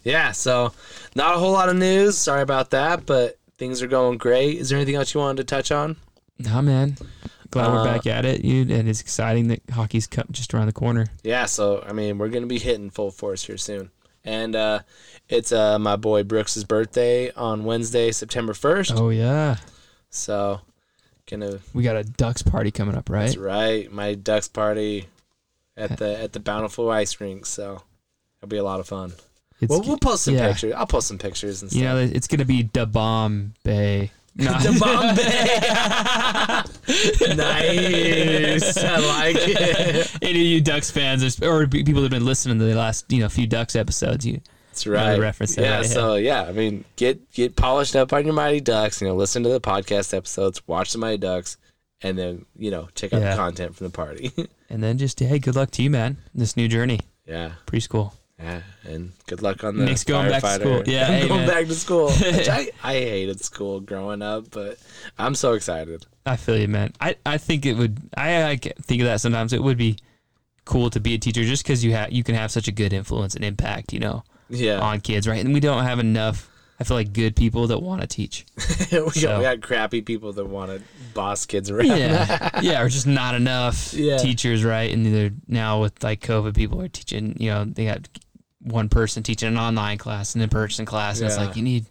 Speaker 1: yeah, so not a whole lot of news. Sorry about that, but things are going great. Is there anything else you wanted to touch on?
Speaker 2: nah, man. Glad
Speaker 1: Uh,
Speaker 2: we're back at it, dude, and it's exciting that hockey's co- just around the corner.
Speaker 1: Yeah, so I mean, we're gonna be hitting full force here soon, and uh, it's uh, my boy Brooks's birthday on Wednesday, September first.
Speaker 2: Oh yeah,
Speaker 1: So gonna
Speaker 2: we got a Ducks party coming up, right?
Speaker 1: that's right, my ducks party at the at the Bountiful Ice Rink. So it'll be a lot of fun.
Speaker 2: It's,
Speaker 1: Well, we'll post some
Speaker 2: yeah.
Speaker 1: pictures. I'll post some pictures and stuff.
Speaker 2: You know, it's gonna be Da Bomb
Speaker 1: <laughs>
Speaker 2: Bay. No,
Speaker 1: The Bombay. <laughs> nice. I
Speaker 2: <laughs>
Speaker 1: like it.
Speaker 2: any of you Ducks fans, or or people that have been listening to the last you know few Ducks episodes, you
Speaker 1: That's right.
Speaker 2: reference there,
Speaker 1: yeah.
Speaker 2: right?
Speaker 1: So yeah, I mean, get get polished up on your Mighty Ducks. You know, listen to the podcast episodes, watch the Mighty Ducks, and then you know check out
Speaker 2: Yeah.
Speaker 1: the content from the party. <laughs>
Speaker 2: and then just hey, good luck to you, man. in This new journey,
Speaker 1: yeah.
Speaker 2: preschool.
Speaker 1: Yeah, and good luck on the
Speaker 2: Nick's going back to
Speaker 1: firefighter.
Speaker 2: school. Yeah,
Speaker 1: <laughs>
Speaker 2: hey,
Speaker 1: going
Speaker 2: man.
Speaker 1: back to school.
Speaker 2: <laughs>
Speaker 1: Which I, I hated school growing up, but I'm so excited.
Speaker 2: I feel you, man. I, I think it would. I, I ca- think of that sometimes. It would be cool to be a teacher just because you have you can have such a good influence and impact, you know,
Speaker 1: Yeah, <laughs>
Speaker 2: on kids, right? And we don't have enough. I feel like good people that want to teach.
Speaker 1: we, got,
Speaker 2: so-
Speaker 1: we got crappy people that want to boss kids around.
Speaker 2: Yeah, <laughs> yeah, or just not enough
Speaker 1: Yeah.
Speaker 2: teachers, right? And they're now with like COVID, people are teaching. You know, they got one person teaching an online class and in person class, and it's
Speaker 1: Yeah.
Speaker 2: like you need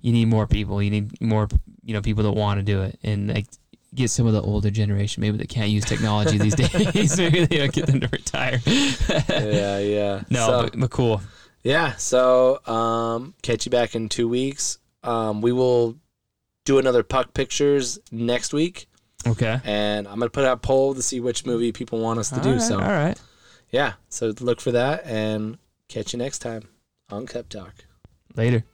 Speaker 2: you need more people. You need more you know people that want to do it, and like get some of the older generation maybe that can't use
Speaker 1: <laughs>
Speaker 2: technology these days. <laughs> maybe they don't get them to retire.
Speaker 1: <laughs> yeah, yeah.
Speaker 2: no,
Speaker 1: So-
Speaker 2: but, but cool.
Speaker 1: Yeah. So um, catch you back in two weeks. Um, we will do another puck pictures next week,
Speaker 2: Okay.
Speaker 1: and I'm gonna put out a poll to see which movie people want us to do.
Speaker 2: All right,
Speaker 1: so
Speaker 2: all right.
Speaker 1: yeah, so look for that and catch you next time on Cup Talk.
Speaker 2: Later.